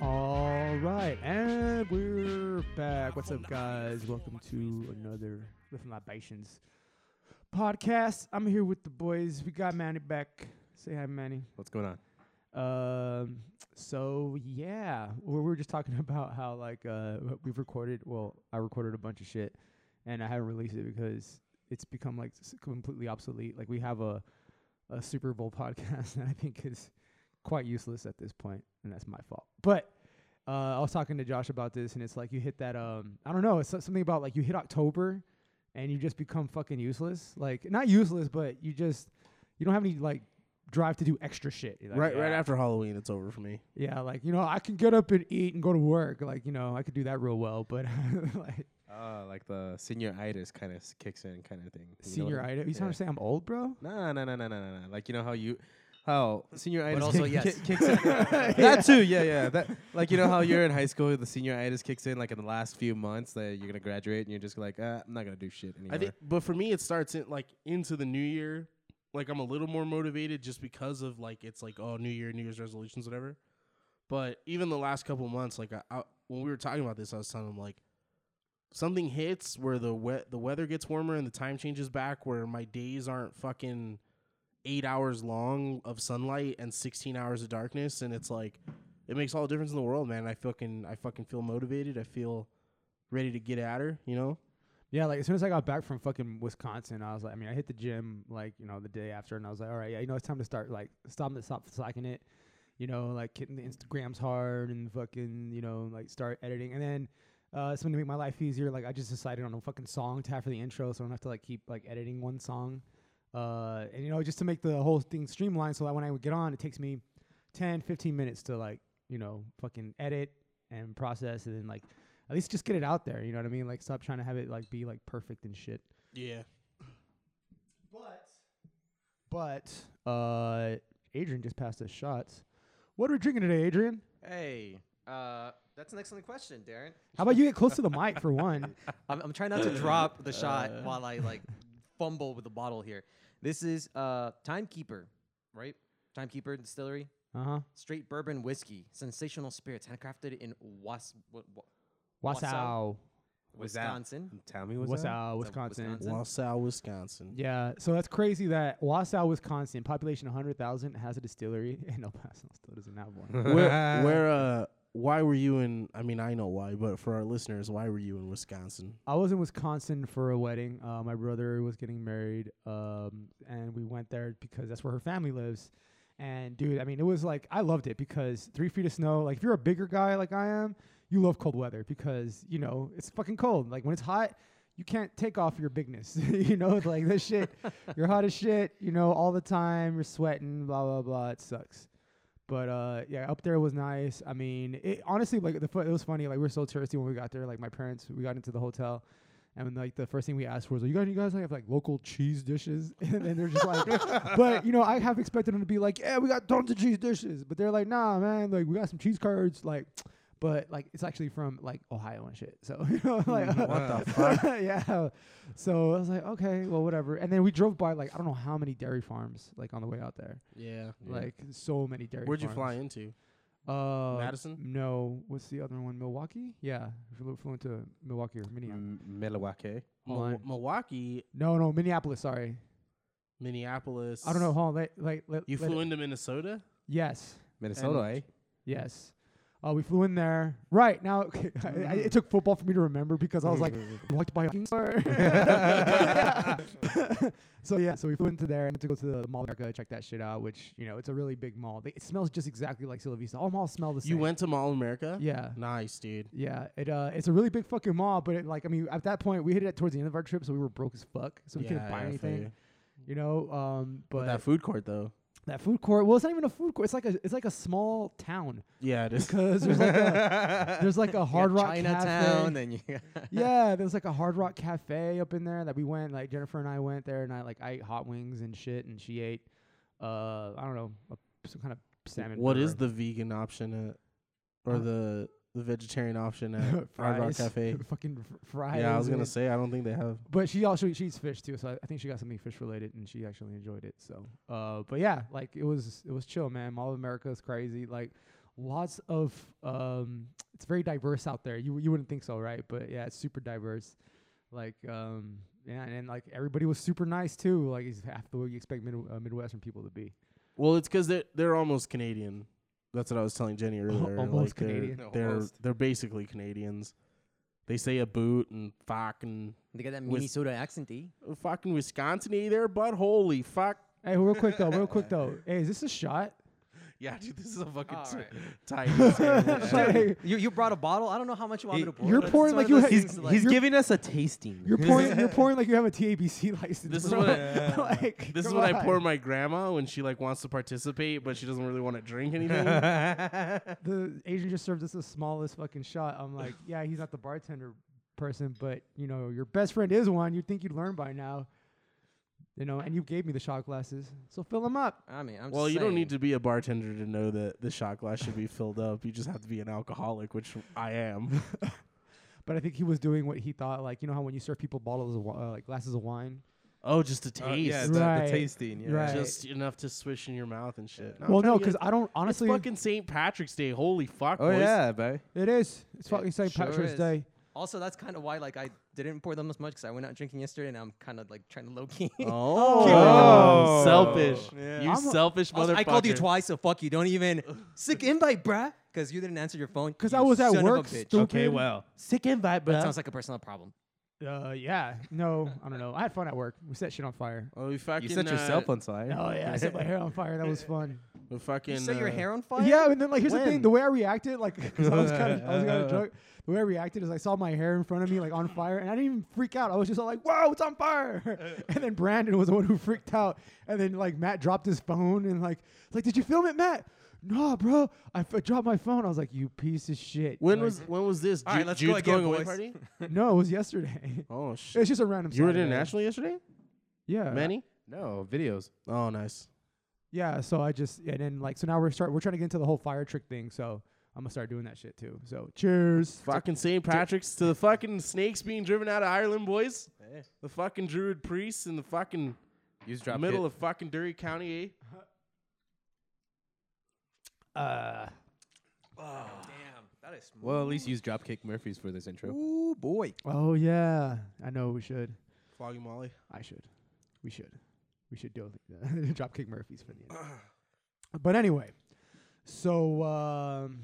All right, and we're back. What's up, guys? Welcome to another Lifting Libations podcast. I'm here with the boys. We got Manny back. Say hi, Manny. What's going on? Um, so yeah, we we were just talking about how like uh wh- we've recorded. Well, I recorded a bunch of shit, and I haven't released it because it's become like s- completely obsolete. Like we have a a Super Bowl podcast that I think is quite useless at this point, and that's my fault. But uh, I was talking to Josh about this, and it's like you hit that um I don't know, it's so- something about like you hit October, and you just become fucking useless. Like not useless, but you just you don't have any like drive to do extra shit. You're like, "Ah." right, right "Yeah, after Halloween, it's over for me. yeah, like you know, I can get up and eat and go to work. Like you know, I could do that real well. But like Uh, like the senioritis kind of kicks in, kind of thing. You know what senior I mean? item, you trying to say I'm old, bro? Nah, nah, nah, nah, nah, nah, nah. Like you know how you, how senioritis, also, ki- yes. kicks in. That too, yeah, yeah. That like you know how you're in high school, the senioritis kicks in like in the last few months that you're gonna graduate, and you're just like, ah, I'm not gonna do shit anymore. I think, but for me, it starts in like into the new year. Like I'm a little more motivated just because of like it's like oh new year, new year's resolutions, whatever. But even the last couple months, like I, I, when we were talking about this, I was telling him like something hits where the we- the weather gets warmer and the time changes back, where my days aren't fucking eight hours long of sunlight and 16 hours of darkness, and it's like it makes all the difference in the world, man. I fucking I fucking feel motivated. I feel ready to get at her, you know. Yeah, like as soon as I got back from fucking Wisconsin, I was like, I mean, I hit the gym like you know the day after, and I was like, all right, yeah, you know, it's time to start like stop to stop slacking it. You know, like hitting the Instagrams hard and fucking you know like start editing, and then uh, something to make my life easier. Like I just decided on a fucking song to have for the intro, so I don't have to like keep like editing one song. Uh, and you know, just to make the whole thing streamlined, so that when I would get on, it takes me 10, 15 minutes to like you know fucking edit and process, and then like at least just get it out there. You know what I mean? Like stop trying to have it like be like perfect and shit. Yeah. But, but, uh, Adrian just passed us shots. What are we drinking today, Adrian? Hey, uh, that's an excellent question, Darren. How about you get close to the mic for one? I'm, I'm trying not to drop the shot Uh. while I like fumble with the bottle here. This is uh, Timekeeper, right? Timekeeper Distillery, Uh huh. straight bourbon whiskey, sensational spirits, handcrafted in Was- wa- wa- Wausau. Wisconsin. Tell me Wausau, what's up. Is that Wisconsin. Wisconsin? Wausau, Wisconsin. Yeah, so that's crazy that Wausau, Wisconsin, population 100,000, has a distillery, and El Paso still doesn't have one. where, where, uh, why were you in? I mean, I know why, but for our listeners, why were you in Wisconsin? I was in Wisconsin for a wedding. Uh, my brother was getting married, um, and we went there because that's where her family lives. And dude, I mean, it was like I loved it because three feet of snow. Like, if you're a bigger guy like I am, you love cold weather because you know it's fucking cold. Like when it's hot, you can't take off your bigness. you know, it's like this shit. You're hot as shit. You know, all the time. You're sweating. Blah blah blah. It sucks. But uh, yeah, up there was nice. I mean, it honestly like the fu- it was funny. Like we were so touristy when we got there. Like my parents, we got into the hotel, and like the first thing we asked for was, "You guys, you guys like, have like local cheese dishes?" and then they're just like, "But you know, I have expected them to be like, yeah, we got tons of cheese dishes." But they're like, "Nah, man, like we got some cheese curds, like." But like it's actually from like Ohio and shit, so you Mm, know like What the fuck? yeah. So I was like, okay, well, whatever. And then we drove by like I don't know how many dairy farms like on the way out there, Yeah. like so many dairy. Where'd you farms. fly into? Uh, Madison? No, what's the other one? Milwaukee? Yeah, if you flew into Milwaukee or Minneapolis. M- Milwaukee. Mil- Hold on. Milwaukee, No, no, Minneapolis. Sorry, Minneapolis. I don't know. Hold on, let, like let, You let flew it- into Minnesota. Yes, Minnesota, eh? yes. Uh, we flew in there. Right now, okay, I, I, it took football for me to remember because I was like, walked by. so yeah, so we flew into there and to go to the Mall of America, check that shit out. Which you know, it's a really big mall. They, it smells just exactly like Silla Vista. All malls smell the same. You went to Mall of America. Yeah. Nice, dude. Yeah, it uh, it's a really big fucking mall, but it, like I mean, at that point we hit it towards the end of our trip, so we were broke as fuck, so we Yeah, couldn't buy yeah, I feel anything, you. you know. Um, but that food court though. that food court, well, it's not even a food court. It's like a it's like a small town Yeah, it is. because there's like a there's like a Hard Rock Chinatown, Cafe. and you yeah, there's like a Hard Rock Cafe up in there that we went. Like Jennifer and I went there, and I like I ate hot wings and shit, and she ate uh I don't know a, some kind of salmon. What is burger. the vegan option at, Uh, or the the vegetarian option at Hard Rock Fries. Cafe? fucking fr- fries? Yeah, I was gonna and- say I don't think they have. but she also she's fish too, so I, I think she got something fish related, and she actually enjoyed it. So, uh, but yeah, like it was it was chill, man. Mall of America is crazy. Like lots of um it's very diverse out there. You you wouldn't think so, right? But yeah, it's super diverse. Like um yeah, and, and like everybody was super nice too. Like it's half the way you expect Mid- uh, Midwestern people to be. Well, it's because they're they're almost Canadian. That's what I was telling Jenny earlier. almost like, they're- Canadian. They're Almost. they're basically Canadians. They say a boot and fuck and They got that With- Minnesota accent, eh? fucking Wisconsin y there, but holy fuck. Hey, real quick though, real quick though. Hey, is this a shot? Yeah, dude, this is a fucking All t- right. tight. sandwich. Like, You, you brought a bottle. I don't know how much you want me to pour. you're but pouring it's like one you of had- those He's, things, he's like- giving us a tasting. you're pouring you're pouring like you have a TABC license. This is bro. what I- like, this is come what I on. pour my grandma when she like wants to participate, but she doesn't really want to drink anything. the Asian just served us the smallest fucking shot. I'm like, yeah, he's not the bartender person, but you know, your best friend is one. You'd think you'd learn by now, you know. And you gave me the shot glasses, so fill them up. I mean, I'm well, you don't need to saying. be a bartender to know that the shot glass should be filled up. You just have to be an alcoholic, which I am. But I think he was doing what he thought, like you know how when you serve people bottles of wi- uh, like glasses of wine. Oh, just a taste. Uh, yeah, the, Right. the tasting. Yeah. Right. Just enough to swish in your mouth and shit. I'm well, trying no, to get- because I don't it's honestly. fucking St. Patrick's Day. Holy fuck, Oh boys. yeah, bro. It is. It's It fucking St. sure Patrick's is. Day. Also, that's kind of why like I didn't pour them as much because I went out drinking yesterday, and I'm kind of like trying to low key. Oh, Oh. selfish. Yeah. You I'm a- selfish Also, motherfucker. I called you twice, so fuck you. Don't even sick invite, bruh, because you didn't answer your phone. Because I you was at son of a work. bitch. Stupid. well. Sick invite, That sounds like a personal problem. Uh, yeah. No, I don't know. I had fun at work. We set shit on fire. Oh, we fucking. You set yourself on fire. Oh yeah, I set my hair on fire. That was fun. We fucking. You set your uh, hair on fire? Yeah, and then like here's the thing: When? the way I reacted, like, because I was kind of, I was kind of drunk. The way I reacted is I saw my hair in front of me, like on fire, and I didn't even freak out. I was just all like, "Whoa, it's on fire!" and then Brandon was the one who freaked out, and then like Matt dropped his phone and like, like, did you film it, Matt? No, bro, I f- dropped my phone. I was like, "You piece of shit." When Like, was when was this? All right, Ju- let's go Jude's again, going away boys. party. no, it was yesterday. Oh shit! it's just a random. You were at Saturday. international yesterday. Yeah. Many. Uh, No videos. Oh, nice. Yeah. So I just and then like so now we're start we're trying to get into the whole fire trick thing. So I'm gonna start doing that shit too. So cheers. Fucking St. Patrick's to the fucking snakes being driven out of Ireland, boys. Yeah. The fucking druid priests in the fucking You just dropped middle it. of fucking Derry County, eh? Uh. Oh, Damn, that is. Well, at least use Dropkick Murphys for this intro. Ooh boy. Oh yeah, I know we should. Foggy Molly. I should. We should. We should do Dropkick Murphys for the end. But anyway, so um,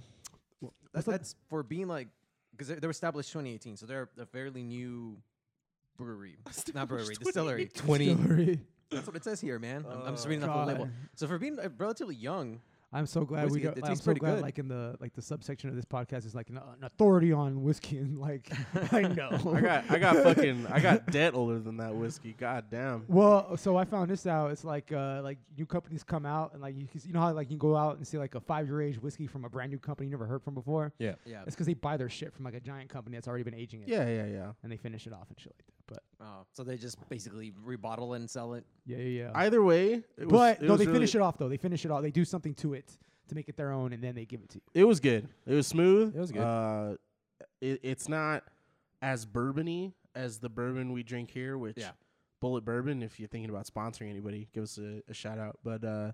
wh- That's, what's up- for being like, because they, they were established 2018, so they're a fairly new brewery. Not brewery, distillery. Twenty. Distillery. That's what it says here, man. I'm, I'm just reading off the label. Oh, So for being uh, relatively young, I'm so glad we. Whiskey, Go, it I'm tastes so pretty glad, good. like in the like the subsection of this podcast is like an, an authority on whiskey and like I know. I got I got fucking I got debt older than that whiskey. God damn. Well, so I found this out. It's like uh, like new companies come out and like you, can s- you know how like you can go out and see like a five year age whiskey from a brand new company you never heard from before. Yeah. yeah. It's because they buy their shit from like a giant company that's already been aging it. Yeah, yeah, yeah. and they finish it off and shit like that. But Oh, so they just basically rebottle it and sell it. yeah, yeah, yeah. Either way, it was, but it no, was they really- finish it off though. They finish it off. They do something to it to make it their own, and then they give it to you. It was good. It was smooth. It was good. Uh, it, it's not as bourbony as the bourbon we drink here, which Yeah. Bullet Bourbon. If you're thinking about sponsoring anybody, give us a, a shout out. But uh,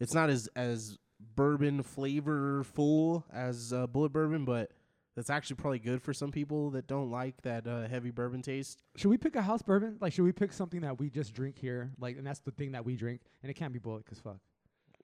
it's not as as bourbon flavorful as uh, Bullet Bourbon, but that's actually probably good for some people that don't like that uh, heavy bourbon taste. Should we pick a house bourbon? Like, should we pick something that we just drink here? Like, and that's the thing that we drink, and it can't be bullet because fuck.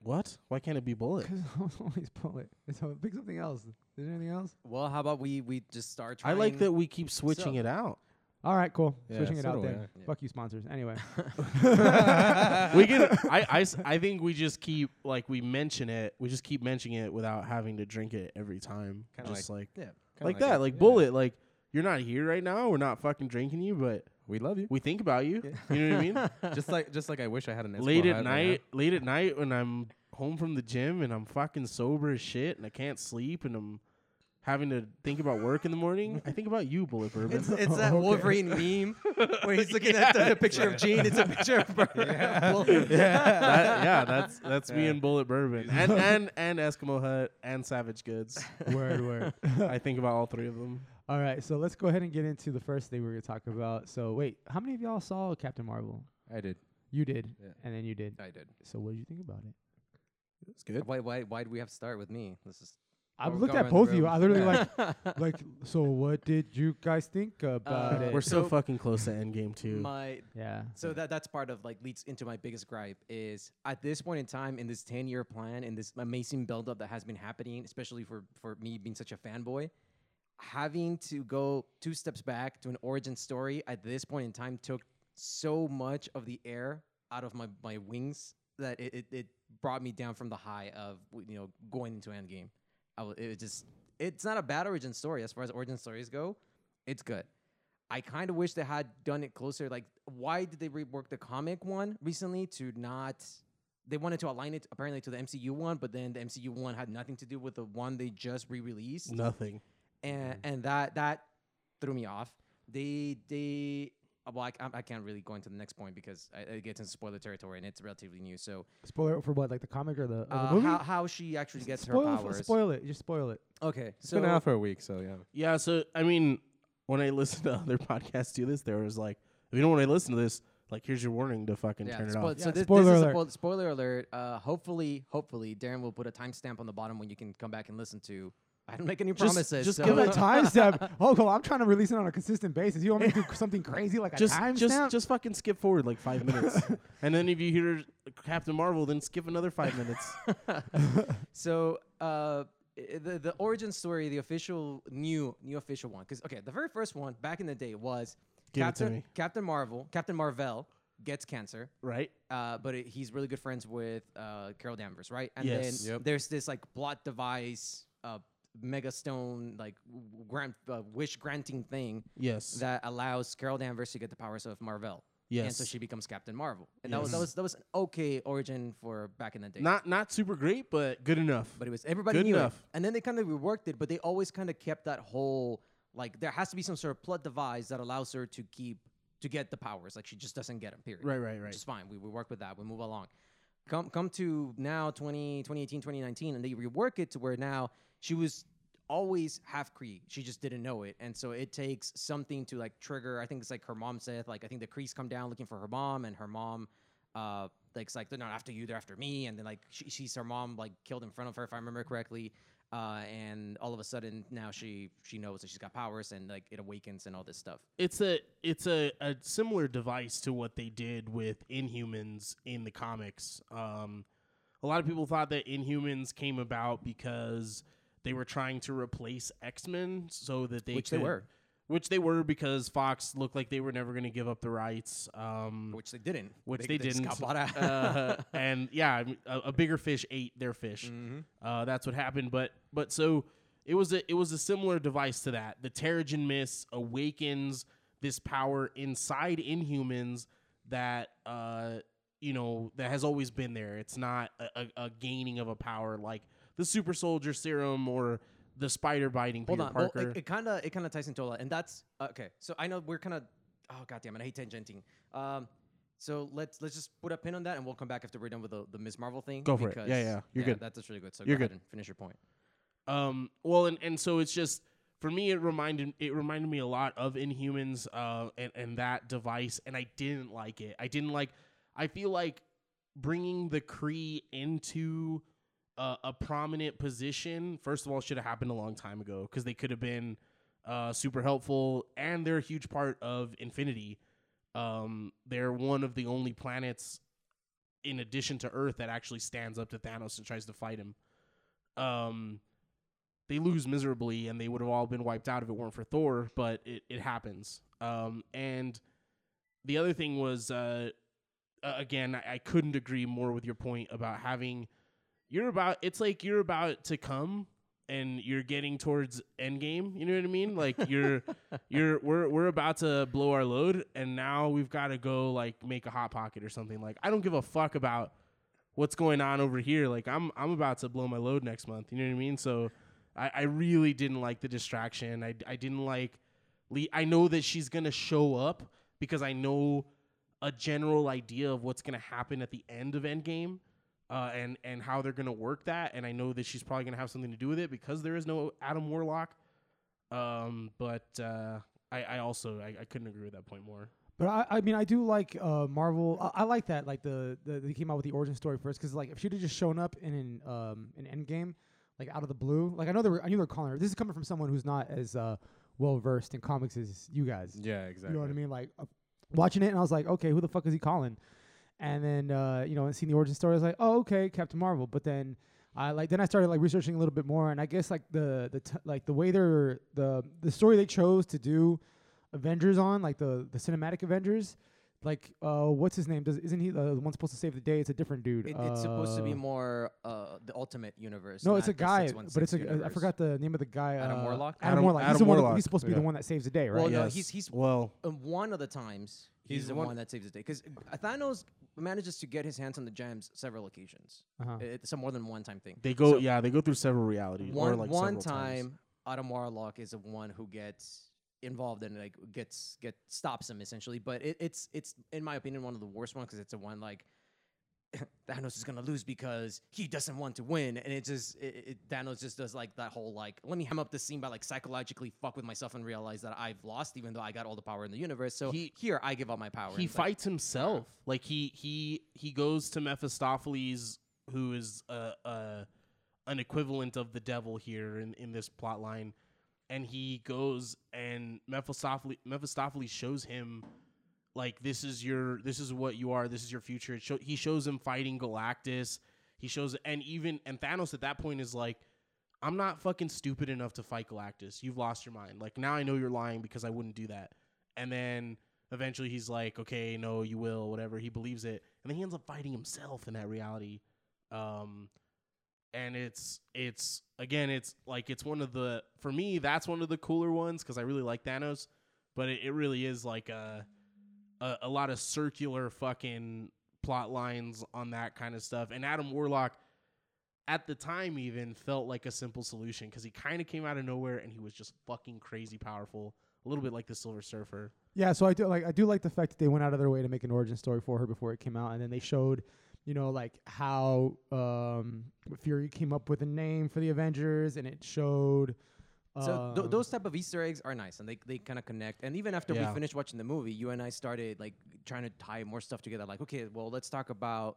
What? Why can't it be Bullet? Because it's always bullet. And So pick something else. Is there anything else? Well, how about we we just start I trying? like that we keep switching So- it out. All right, cool. Yeah, Switching it so out do I. then. Yeah. Fuck you, sponsors. Anyway, we can. I, I s- I think we just keep like we mention it. We just keep mentioning it without having to drink it every time. Kinda just like Yeah. like, that. Like bullet. Like you're not here right now. We're not fucking drinking you, but We love you. we think about you. You know what I just like just like I wish I had an mean? late Esquire at hat right now. night. Late at night when I'm home from the gym and I'm fucking sober as shit and I can't sleep and I'm having to think about work in the morning. I think about you, bullet bourbon. It's, it's that Okay. Wolverine meme where he's looking at the, the picture of Jean. It's a picture of her. That- yeah, that's that's me and Bullet Bourbon and and and Eskimo Hut and Savage Goods. word, word. I think about all three of them. All right, so let's go ahead and get into the first thing we're gonna talk about. So wait, how many of y'all saw Captain Marvel? I did. You did, Yeah. and then you did. I did. So what did you think about it? It's good. Why, why, why do we have to start with me? This is. I we're looked going at around both the of you. room. I literally Yeah. like, like. So what did you guys think about Uh, it? We're so, So- fucking close to Endgame too. my yeah. So that that's part of like leads into my biggest gripe is at this point in time in this 10 year plan and this amazing buildup that has been happening, especially for for me being such a fanboy, having to go two steps back to an origin story at this point in time took so much of the air out of my my wings that it it, it brought me down from the high of w- you know going into Endgame. I w- it was just it's not a bad origin story as far as origin stories go. It's good. I kind of wish they had done it closer. Like, why did they rework the comic one recently to not? They wanted to align it apparently to the MCU one, but then the MCU one had nothing to do with the one they just re-released, Nothing. and and that that threw me off. They they uh, well, I, c- I can't really go into the next point because I- it gets into spoiler territory and it's relatively new. So Spoiler for what? Like the comic or the, or Oh, the uh, movie? how how she actually gets her spoil, powers? spoil it. Just spoil it. Okay, It's so been out for a week, so yeah. Yeah, so I mean, when I listen to other podcasts do this, there was like, if you don't want to listen to this, like here's your warning to fucking turn it spoil- off. So Yeah, this, spoiler this is a alert. po- spoiler alert. Uh, hopefully, hopefully, Darren will put a timestamp on the bottom when you can come back and listen to. I don't make any promises. just so- Give give it a it timestamp. Oh, cool. I'm trying to release it on a consistent basis. You want me to do something crazy like Just, a timestamp? just, just fucking skip forward like five minutes, and then if you hear Captain Marvel, then skip another five minutes. so uh, i- the the origin story, the official new new official one, because okay, the very first one back in the day was Give it to Captain me. Captain Marvel. Captain Marvel gets cancer. right? uh, but it, he's really good friends with uh, Carol Danvers, right? And Yes. then Yep. there's this like plot device, uh, mega stone, like w- grant uh, wish granting thing Yes. that allows Carol Danvers to get the powers of Marvel. And so Yes. she becomes Captain Marvel. And that was that was that was an okay origin for back in the day. not not super great, but good enough. but it was everybody Good knew it. enough. And then they kind of reworked it, but they always kind of kept that whole like there has to be some sort of plot device that allows her to keep to get the powers. Like she just doesn't get them. Period right, right, right. which is fine. We, we work with that. We move along. Come come to now 20, 2018, 2019, and they rework it to where now she was always half Cree. She just didn't know it. And so it takes something to like trigger. I think it's like her mom said, like, I think the Crees come down looking for her mom, and her mom, uh, like, it's like, they're not after you, they're after me. And then, like, she, she's her mom, like, killed in front of her, if I remember correctly. Uh, and all of a sudden now she she knows that she's got powers and like it awakens and all this stuff. It's a it's a, a similar device to what they did with Inhumans in the comics. Um, a lot of people thought that Inhumans came about because they were trying to replace X Men, so that they Which they could, were. which they were because Fox looked like they were never going to give up the rights. Um, Which they didn't. which they, just didn't. got bought out. uh, and yeah, I mean, a, a bigger fish ate their fish. Mm-hmm. Uh, that's what happened. But but so it was a it was a similar device to that. The Terrigen Mist awakens this power inside Inhumans that uh, you know that has always been there. It's not a, a, a gaining of a power like the Super Soldier Serum or the spider biting Hold Peter on. Well, e- Parker. it- it kind of it kind of ties into a lot, and that's uh, okay. So I know we're kind of oh god damn it, I hate tangenting. Um, so let's let's just put a pin on that, and we'll come back after we're done with the, the Ms. Marvel thing. Go for it. Yeah, yeah, you're good. That's, that's really good. So You're go ahead good. and finish your point. Um, well, and, and so it's just for me, it reminded it reminded me a lot of Inhumans, uh, and and that device, and I didn't like it. I didn't like. I feel like bringing the Cree into uh, a prominent position. First of all, should have happened a long time ago because they could have been uh, super helpful, and they're a huge part of Infinity. Um, they're one of the only planets, in addition to Earth, that actually stands up to Thanos and tries to fight him. Um, they lose miserably and they would have all been wiped out if it weren't for Thor, but it, it happens. Um, and the other thing was, uh, uh, again, I, I couldn't agree more with your point about having. You're about. It's like you're about to come and you're getting towards endgame. You know what I mean? Like you're, you're, we're, we're about to blow our load and now we've got to go like make a hot pocket or something. Like I don't give a fuck about what's going on over here. Like I'm I'm about to blow my load next month. You know what I mean? So I, I really didn't like the distraction. I I didn't like Lee I know that she's gonna show up because I know a general idea of what's gonna happen at the end of Endgame. Uh, and and how they're gonna work that, and I know that she's probably gonna have something to do with it because there is no Adam Warlock. Um, but uh, I, I also I, I couldn't agree with that point more. But I, I mean, I do like uh, Marvel. I, I like that, like the, the they came out with the origin story first, because like if she'd have just shown up in an um an Endgame, like out of the blue, like I know they were, I knew they were calling her. This is coming from someone who's not as uh, well versed in comics as you guys. Yeah, exactly. You know what I mean? Like uh, watching it, and I was like, okay, who the fuck is he calling? And then uh, you know, and seeing the origin story, I was like, oh, okay, Captain Marvel. But then I like then I started like researching a little bit more, and I guess like the the t- like the way they're the the story they chose to do Avengers on, like the the cinematic Avengers. Like, uh, what's his name? Does isn't he uh, the one supposed to save the day? It's a different dude. It, it's supposed to be Uh, more uh, the ultimate universe. no, it's not a the guy, 616 but it's a I universe. forgot the name of the guy. Adam uh, Warlock? Adam, Adam- Warlock. he's, Adam the one that- Warlock, he's supposed to be yeah. the one that saves the day, right? Well, no, he's he's well. um, one of the times he's, He's the one- one, that saves the day because Thanos manages to get his hands on the gems several occasions. Uh-huh. It- It's a more than one time thing. They go, So yeah, they go through several realities. or one like one several times. time, Adam Warlock is the one who gets involved and like gets get stops him essentially. But it, it's it's in my opinion one of the worst ones because it's the one like. Thanos is gonna lose because he doesn't want to win, and it just it, it, Thanos just does like that whole like let me ham up the scene by like psychologically fuck with myself and realize that I've lost even though I got all the power in the universe. So He- here I give up my power. He and it's like- fights himself. Like he he he goes to Mephistopheles, who is uh, uh, an equivalent of the devil here in in this plot line, and he goes and Mephistopheles Mephistopheles shows him like this is your this is what you are this is your future. It show, he shows him fighting Galactus. He shows and even and Thanos at that point is like. I'm not fucking stupid enough to fight Galactus. You've lost your mind. Like now I know you're lying because I wouldn't do that. And then eventually he's like, okay, no, you will, whatever. He believes it, and then he ends up fighting himself in that reality. Um, and it's it's again, it's like it's one of the for me that's one of the cooler ones because I really like Thanos, but it, it really is like a, a a lot of circular fucking plot lines on that kind of stuff. And Adam Warlock. At the time, even felt like a simple solution because he kind of came out of nowhere and he was just fucking crazy powerful, a little bit like the Silver Surfer. Yeah, so I do like I do like the fact that they went out of their way to make an origin story for her before it came out, and then they showed, you know, like how um, Fury came up with a name for the Avengers, and it showed. So um, th- those type of Easter eggs are nice, and they, they kind of connect. And even after Yeah. we finished watching the movie, you and I started like trying to tie more stuff together. Like, okay, well, let's talk about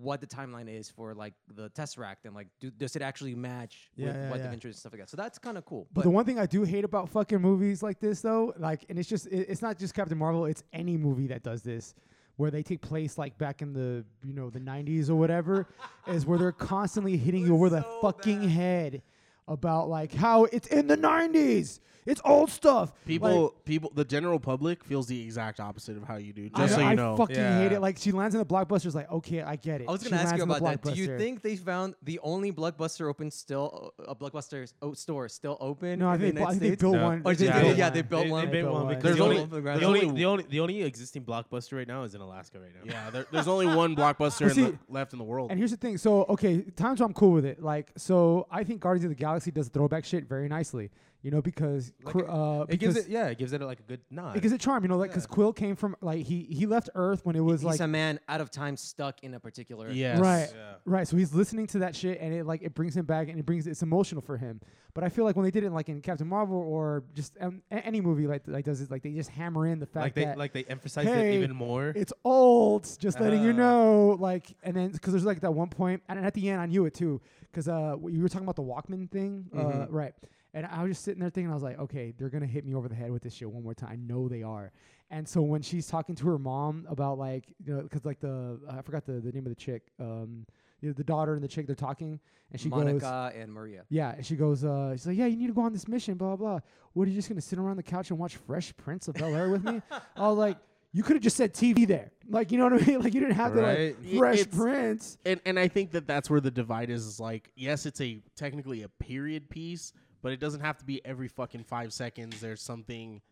what the timeline is for like the Tesseract, and like, do, does it actually match with Yeah, yeah, what yeah. the Avengers and stuff like that? So that's kind of cool. But the one thing I do hate about fucking movies like this, though, like, and it's just it, it's not just Captain Marvel; it's any movie that does this, where they take place like back in the you know the '90s or whatever, is where they're constantly hitting you over the fucking head about like how it's in the '90s, it's old stuff. People, Like, people, the general public feels the exact opposite of how you do. Just I, so you I know, fucking hate Yeah. it. Like she lands in the blockbuster, is like, okay, I get it. I was She gonna ask lands you in the about that. Do you Blockbuster. think they found the only blockbuster open still, a blockbuster store still open? No, I think, they, bu- I think they built No. one. Or did they Oh, they- built yeah, one. they built They- They, one. They built built one one. because There's the only- only, the the, only- only, the only the only existing blockbuster right now is in Alaska right now. yeah, there, there's only one blockbuster Well, in see- the, left in the world. And here's the thing. So, okay, times where I'm cool with it. Like, so I think Guardians of the Galaxy does throwback shit very nicely. You know, because Like, cr- uh, It gives because it yeah, it gives it like a good nod. it gives it charm. You know, like because Yeah. Quill came from like he he left Earth when it was He's like a man out of time, stuck in a particular. yes, Right. Yeah. Right, so he's listening to that shit, and it like it brings him back, and it brings it's emotional for him. But I feel like when they did it, like in Captain Marvel or just um, a- any movie like like does it, like they just hammer in the fact Like they that like they emphasize hey, it even more. it's old. Just letting you Uh. know, like, and then because there's like that one point, and at the end I knew it too, because uh, you were talking about the Walkman thing, uh, Mhm. right? And I was just sitting there thinking, I was like, okay, they're gonna hit me over the head with this shit one more time. I know they are. And so when she's talking to her mom about like, you know, because like the I forgot the, the name of the chick, um, you know, the daughter and the chick, they're talking, and she goes, Monica and Maria. yeah, and she goes, uh, she's like, yeah, you need to go on this mission, blah, blah. What, are you just going to sit around the couch and watch Fresh Prince of Bel Air with me? I was like, you could have just said TV there. Like, you know what I mean? Like, you didn't have to, Right. like, Fresh It's- Prince. and and I think that that's where the divide is. Is like, yes, it's a technically a period piece, but it doesn't have to be every fucking five seconds. There's something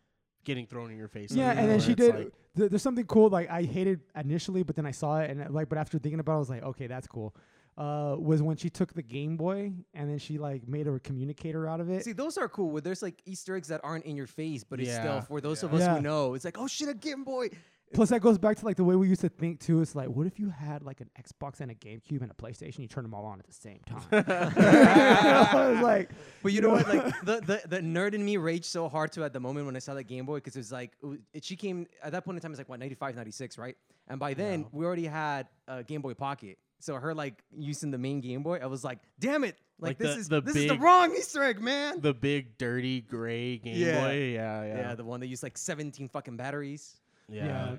getting thrown in your face. Yeah, You know, and then she it's did. like- th- there's something cool. Like, I hated initially, but then I saw it, and uh, like, but after thinking about it, I was like, okay, that's cool. Uh, was when she took the Game Boy and then she like made a communicator out of it. See, those are cool. Where there's like Easter eggs that aren't in your face, but it's Yeah. still for those of Yeah. us Yeah. who know. It's like, oh shit, a Game Boy. Plus, that goes back to like the way we used to think too. It's like, what if you had like an Xbox and a GameCube and a PlayStation? You turn them all on at the same time. You know, it's like, But you know what? Like the, the the nerd in me raged so hard too at the moment when I saw the Game Boy because it was like it was- it, she came at that point in time. It's like what 95, 96, right? And by then we already had a Game Boy Pocket. So her like using the main Game Boy, I was like, damn it! Like, Like this the- is the this is the big- wrong Easter egg, man. the big dirty gray Game Yeah. Boy. Yeah, yeah, yeah. the one that used like 17 fucking batteries. yeah. Yeah.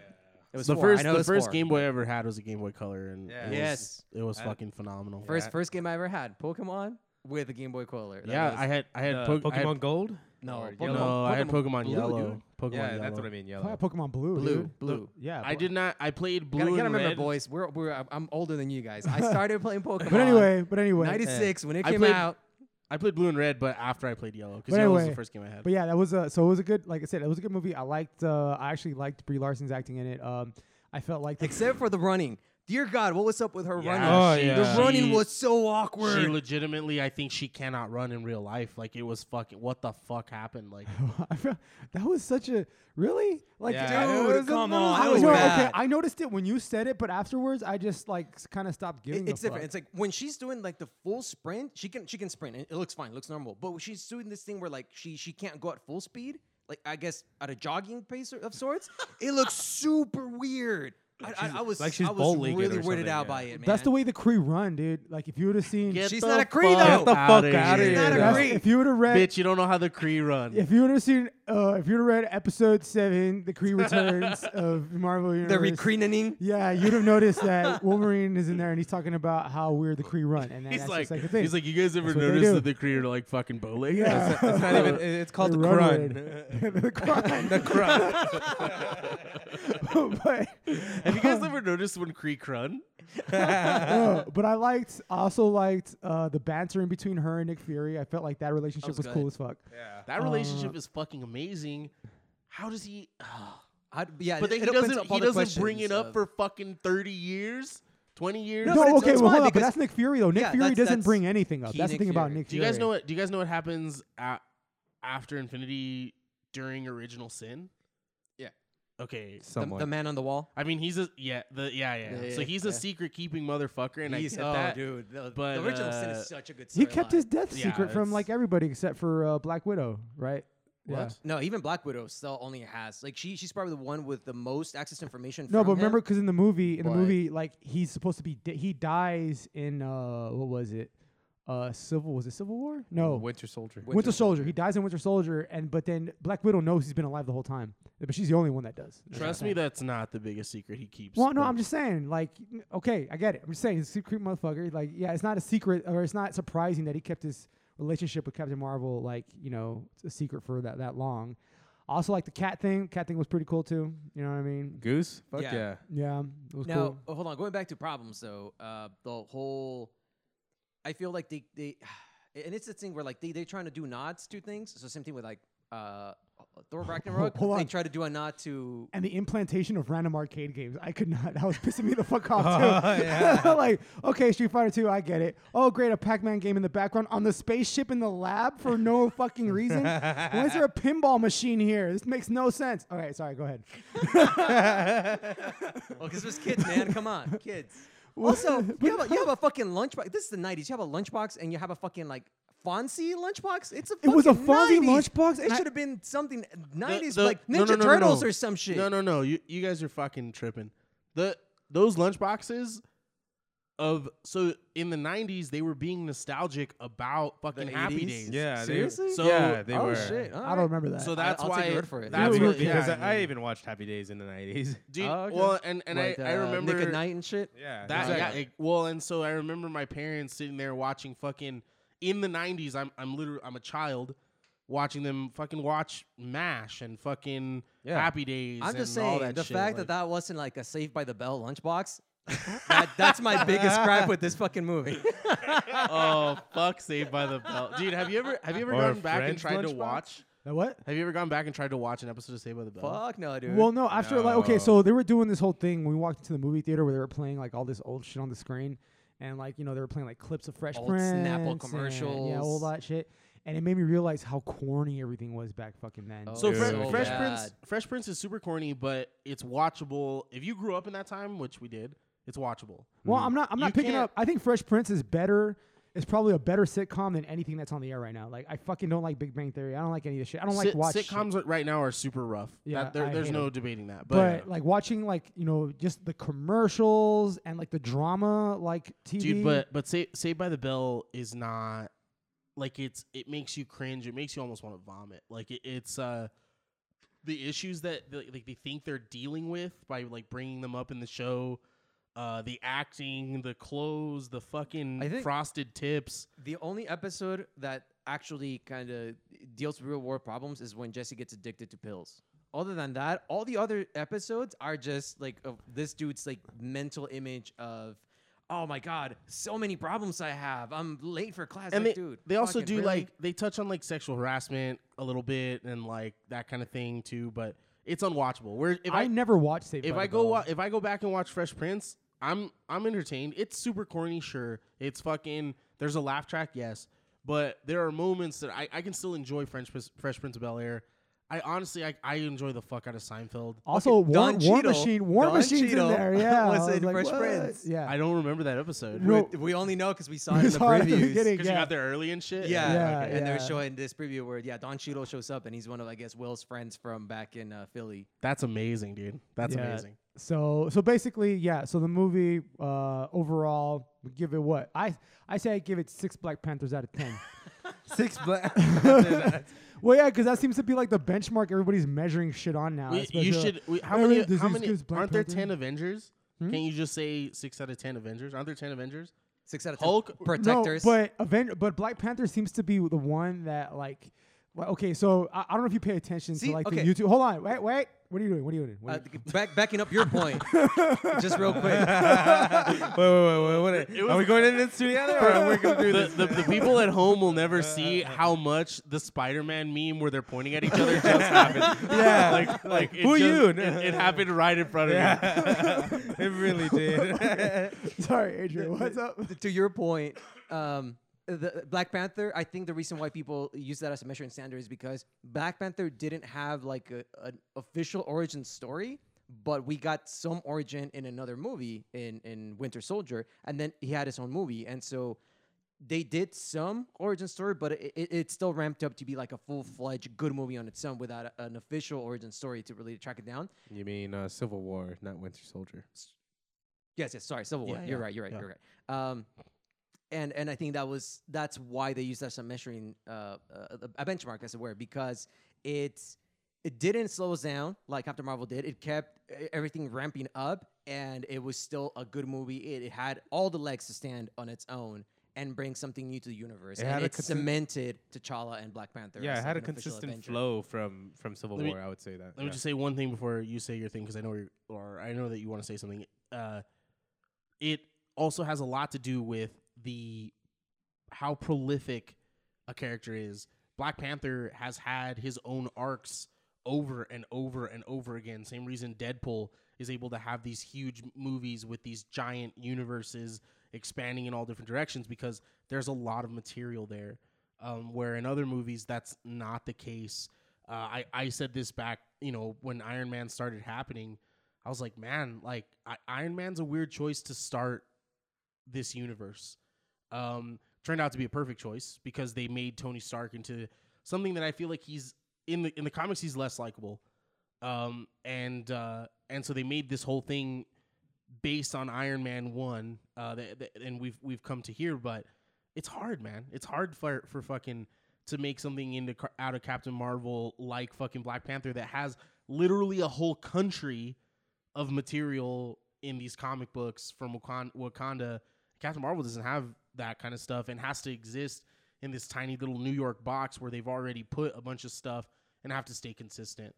It was The four. I first, know it the was first four. Game Boy I ever had was a Game Boy Color, and Yeah. it was, Yes. it was I- fucking phenomenal. First Yeah. first game I ever had, Pokemon with a Game Boy Color. That yeah, was- I had I had, Uh, Poke- I had- Pokemon Gold. no, or Pokemon, yellow. no, I had Pokemon Blue, dude. Yellow. Pokemon yeah, Yellow. that's what I mean. I had Yellow. Pokemon Blue, blue, dude. blue. Yeah, I bl- did not. I played blue Gotta, gotta and remember, red. boys. We're, we're I'm older than you guys. I started playing Pokemon. But anyway, but anyway, '96 when it I came played- out. I played blue and red, but after I played yellow because But yellow was anyway, the first game I had. But yeah, that was a so it was a good like I said, it was a good movie. I liked uh I actually liked Brie Larson's acting in it. Um I felt like the- except for the running. Dear God, what was up with her Yeah, running? Oh, yeah. The running she- was so She awkward. legitimately, I think she cannot run in real life. Like it was fucking. What the fuck happened? Like I felt, that was such a really like Yeah, it dude, was a- come it on, I that was know, bad. I noticed it when you said it, but afterwards I just like kind of stopped It- giving. it's a different. fuck. It's like when she's doing like the full sprint, she can she can sprint and it looks fine, looks normal. But when she's doing this thing where like she she can't go at full speed, like I guess at a jogging pace or- of sorts. it looks super weird. I, I, I was like she's I was bowl leaguing really or weirded something, out yeah. by it, man. That's the way the Cree run, dude. Like if you would have seen, Get She's the not a Cree, fuck though. Get the fuck outta outta here. here. She's not a that's- Cree. if you would have read, Bitch, you don't know how the Cree run. if you would have seen, uh, if you would have read episode seven, the Cree returns of Marvel Universe. the recreening. Yeah, you'd have noticed that Wolverine is in there and he's talking about how weird the Kree run, and then he's that's like, just like the thing. he's like, you guys ever That's what they noticed do. that the Cree are like fucking bow legged? Yeah. It's, it's not even. It's called the They run crud. with it. the crime. the crud. but, Have you guys ever noticed when Cree run? no, but I liked, also liked uh, the banter in between her and Nick Fury. I felt like that relationship was was, good. cool as fuck. That relationship is fucking amazing. How does he? I, yeah, but then it, he it opens doesn't. up all He the doesn't bring questions it up of- for fucking thirty years, twenty years. No, but No, it's- okay, it's well, fine hold up, but because- that's Nick Fury though. Nick Yeah, Fury that's- doesn't that's bring anything up. key That's the Nick thing about Fury. Nick Do Fury. you guys know what? Do you guys know what happens a after Infinity during Original Sin? Yeah. Okay. the, the man on the wall. I mean, he's a yeah, the yeah, yeah. Yeah, so yeah, he's yeah. a secret keeping motherfucker, and He's, I get oh, that. dude, the, but, the original sin uh, is such a good. He kept storyline. his death Yeah, secret from it's- like everybody except for uh, Black Widow, right? Yeah. What? No, even Black Widow still only has like she she's probably the one with the most access to information. No, from but him. remember, because in the movie, in the But- movie, like he's supposed to be, di- he dies in uh, what was it? Uh, Civil was it Civil War? No, Winter, Oh. Winter Soldier. Soldier. He dies in Winter Soldier, and but then Black Widow knows he's been alive the whole time, but she's the only one that does. Trust me, that's not the biggest secret he keeps. Well, no, but- I'm just saying, like, n- okay, I get it. I'm just saying, he's a secret motherfucker. Like, yeah, it's not a secret, or it's not surprising that he kept his relationship with Captain Marvel, like, you know, a secret for that that long. Also, like the cat thing. Cat thing was pretty cool too. You know what I mean? Goose. Fuck Yeah. yeah. Yeah, it was Now, cool. oh, hold on. Going back to problems, though, uh, the whole, I feel like they they, and it's the thing where like they they're trying to do nods to things. So same thing with like uh, Thor Ragnarok. hold They on. try to do a nod to. and the implantation of random arcade games. I could not. That was pissing me the fuck off too. Oh, yeah. like, okay, Street Fighter Two, I get it. Oh, great, a Pac-Man game in the background on the spaceship in the lab for no fucking reason. Why is there a pinball machine here? This makes no sense. Okay, sorry. Go ahead. Well, because there's kids, man. Come on, kids. Also, you have, a, you have a fucking lunchbox. This is the '90s. You have a lunchbox, and you have a fucking like Fonzie lunchbox. It's a. It was a fucking Fonzie 90s. lunchbox, and It I- should have been something The- '90s, the- like no, Ninja no, no, no, Turtles no. or some shit. No, no, no. You you guys are fucking tripping. The those lunchboxes of so in the '90s they were being nostalgic about fucking Happy 80s? Days. Yeah, they- Seriously? So- yeah, they oh were. shit! all I right. don't remember that. So that's I'll why take your word for it. That's Yeah, what, okay. yeah, because yeah. I, I even watched Happy Days in the nineties. Dude, Oh, okay. well, and and Like, I, I uh, remember Nick at Night and shit. Yeah, That exactly. yeah, it- well, and so I remember my parents sitting there watching fucking in the '90s. I'm I'm literally I'm a child watching them fucking watch Mash and fucking Yeah. Happy Days. I'm just and all saying that the shit, fact like- that that wasn't like a Saved by the Bell lunchbox. that, that's my biggest gripe with this fucking movie. oh fuck Saved by the Bell, dude. Have you ever have you ever Or gone back and French tried to Lunchbox? watch? Now what? Have you ever gone back and tried to watch an episode of Saved by the Bell? Fuck no, dude. Well, no, after like okay, No. so they were doing this whole thing. We walked into the movie theater where they were playing like all this old shit on the screen, and like you know they were playing like clips of Fresh Old Prince, Snapple and, yeah, all commercials. that shit. and it made me realize how corny everything was back fucking then. Oh, So Dude. Fre- So Fresh bad. Prince, Fresh Prince is super corny, but it's watchable. If you grew up in that time, which we did, it's watchable. Well, I'm not. I'm You not picking can't- up. I think Fresh Prince is better. It's probably a better sitcom than anything that's on the air right now. Like I fucking don't like Big Bang Theory. I don't like any of this shit. I don't Sit- like watch shit. sitcoms right now are super rough. Yeah, That- there- I there's hate no 'em. debating that. But But, like watching like you know just the commercials and like the drama like TV. dude, but but Sa- Saved by the Bell is not like it's. It makes you cringe. It makes you almost want to vomit. Like it, it's uh the issues that they, like they think they're dealing with by like bringing them up in the show. Uh, the acting, the clothes, the fucking I think- frosted tips. The only episode that actually kind of deals with real world problems is when Jesse gets addicted to pills. Other than that, all the other episodes are just like of this dude's like mental image of, oh my god, so many problems I have. I'm late for class. and Like, they, dude, they also fucking do really? like they touch on like sexual harassment a little bit and like that kind of thing too but it's unwatchable where if i, I, never watched Saved if by i the go Bell. wa- if i go back and watch fresh prince i'm i'm entertained it's super corny sure it's fucking there's a laugh track yes but there are moments that i, I can still enjoy French, Prince- fresh prince of bel air i honestly I, I enjoy the fuck out of seinfeld also War, War Don Cheadle- Machine, War Don Machine's Cheadle in there. Yeah, was I in Fresh "What?" Prince. Yeah, i don't remember that episode No, We- we only know because we saw it We in the saw it at the previews. beginning. because yeah. you got there early and shit Yeah, Yeah, and they're yeah. showing this preview where yeah, Don Cheadle shows up and he's one of I guess Will's friends from back in uh, Philly. that's amazing dude that's Yeah. amazing So so basically, yeah. So the movie uh, overall, we give it what I I say I give it six Black Panthers out of ten. Six black. well, yeah, because that seems to be like the benchmark everybody's measuring shit on now. We, especially, you like, should. We, how Really? many? Does How this many? gives Black Aren't there Panther- ten Avengers? Hmm? Can't you just say six out of ten Avengers? Aren't there ten Avengers? Six out of ten Hulk. protectors. No, but Aven- but Black Panther seems to be the one that like. Well, okay, so I, I don't know if you pay attention See, to like okay. the YouTube. Hold on, wait, wait. What are you doing? What are you doing? What are uh, you- back, backing up your point, just real quick. wait, wait, wait, wait. wait. Are we going into this together, or are we going to do The, this? the, the people at home will never see how much the Spider-Man meme where they're pointing at each other just happened. Yeah. like like it who just- you? It, it happened right in front of you. it really did. Sorry, Adrian. What's up? to your point, um, the Black Panther. I think the reason why people use that as a measuring standard is because Black Panther didn't have like a, an official origin story, but we got some origin in another movie in in Winter Soldier, and then he had his own movie, and so they did some origin story, but it, it, it still ramped up to be like a full fledged good movie on its own without a, an official origin story to really track it down. You mean uh, Civil War, not Winter Soldier? Yes, yes. Sorry, Civil War. Yeah, you're yeah, right. You're right. yeah. You're right. Um, and and I think that was that's why they used that as a measuring uh, uh, a benchmark, as it were, because it's it didn't slow us down like Captain Marvel did. It kept e- everything ramping up, and it was still a good movie. It, it had all the legs to stand on its own and bring something new to the universe. It and had a it consi- cemented T'Challa and Black Panther. yeah, as, it like, had a an official consistent Avenger. flow from from Civil Let me- War. I would say that. Let me yeah. just say one thing before you say your thing because I know you're, or I know that you want to say something. Uh, it also has a lot to do with the how prolific a character is. Black Panther has had his own arcs over and over and over again. Same reason Deadpool is able to have these huge m- movies with these giant universes expanding in all different directions because there's a lot of material there. Um, where in other movies, that's not the case. Uh, I, I said this back, you know, when Iron Man started happening, I was like, man, like I, Iron Man's a weird choice to start this universe. Um, turned out to be a perfect choice because they made Tony Stark into something that I feel like he's in the in the comics he's less likable, um, and uh, and so they made this whole thing based on Iron Man one, uh, that, that- and we've we've come to here, but it's hard, man. It's hard for for fucking to make something into Car- out of Captain Marvel like fucking Black Panther that has literally a whole country of material in these comic books from Wakan- Wakanda. Captain Marvel doesn't have that kind of stuff and has to exist in this tiny little New York box where they've already put a bunch of stuff and have to stay consistent.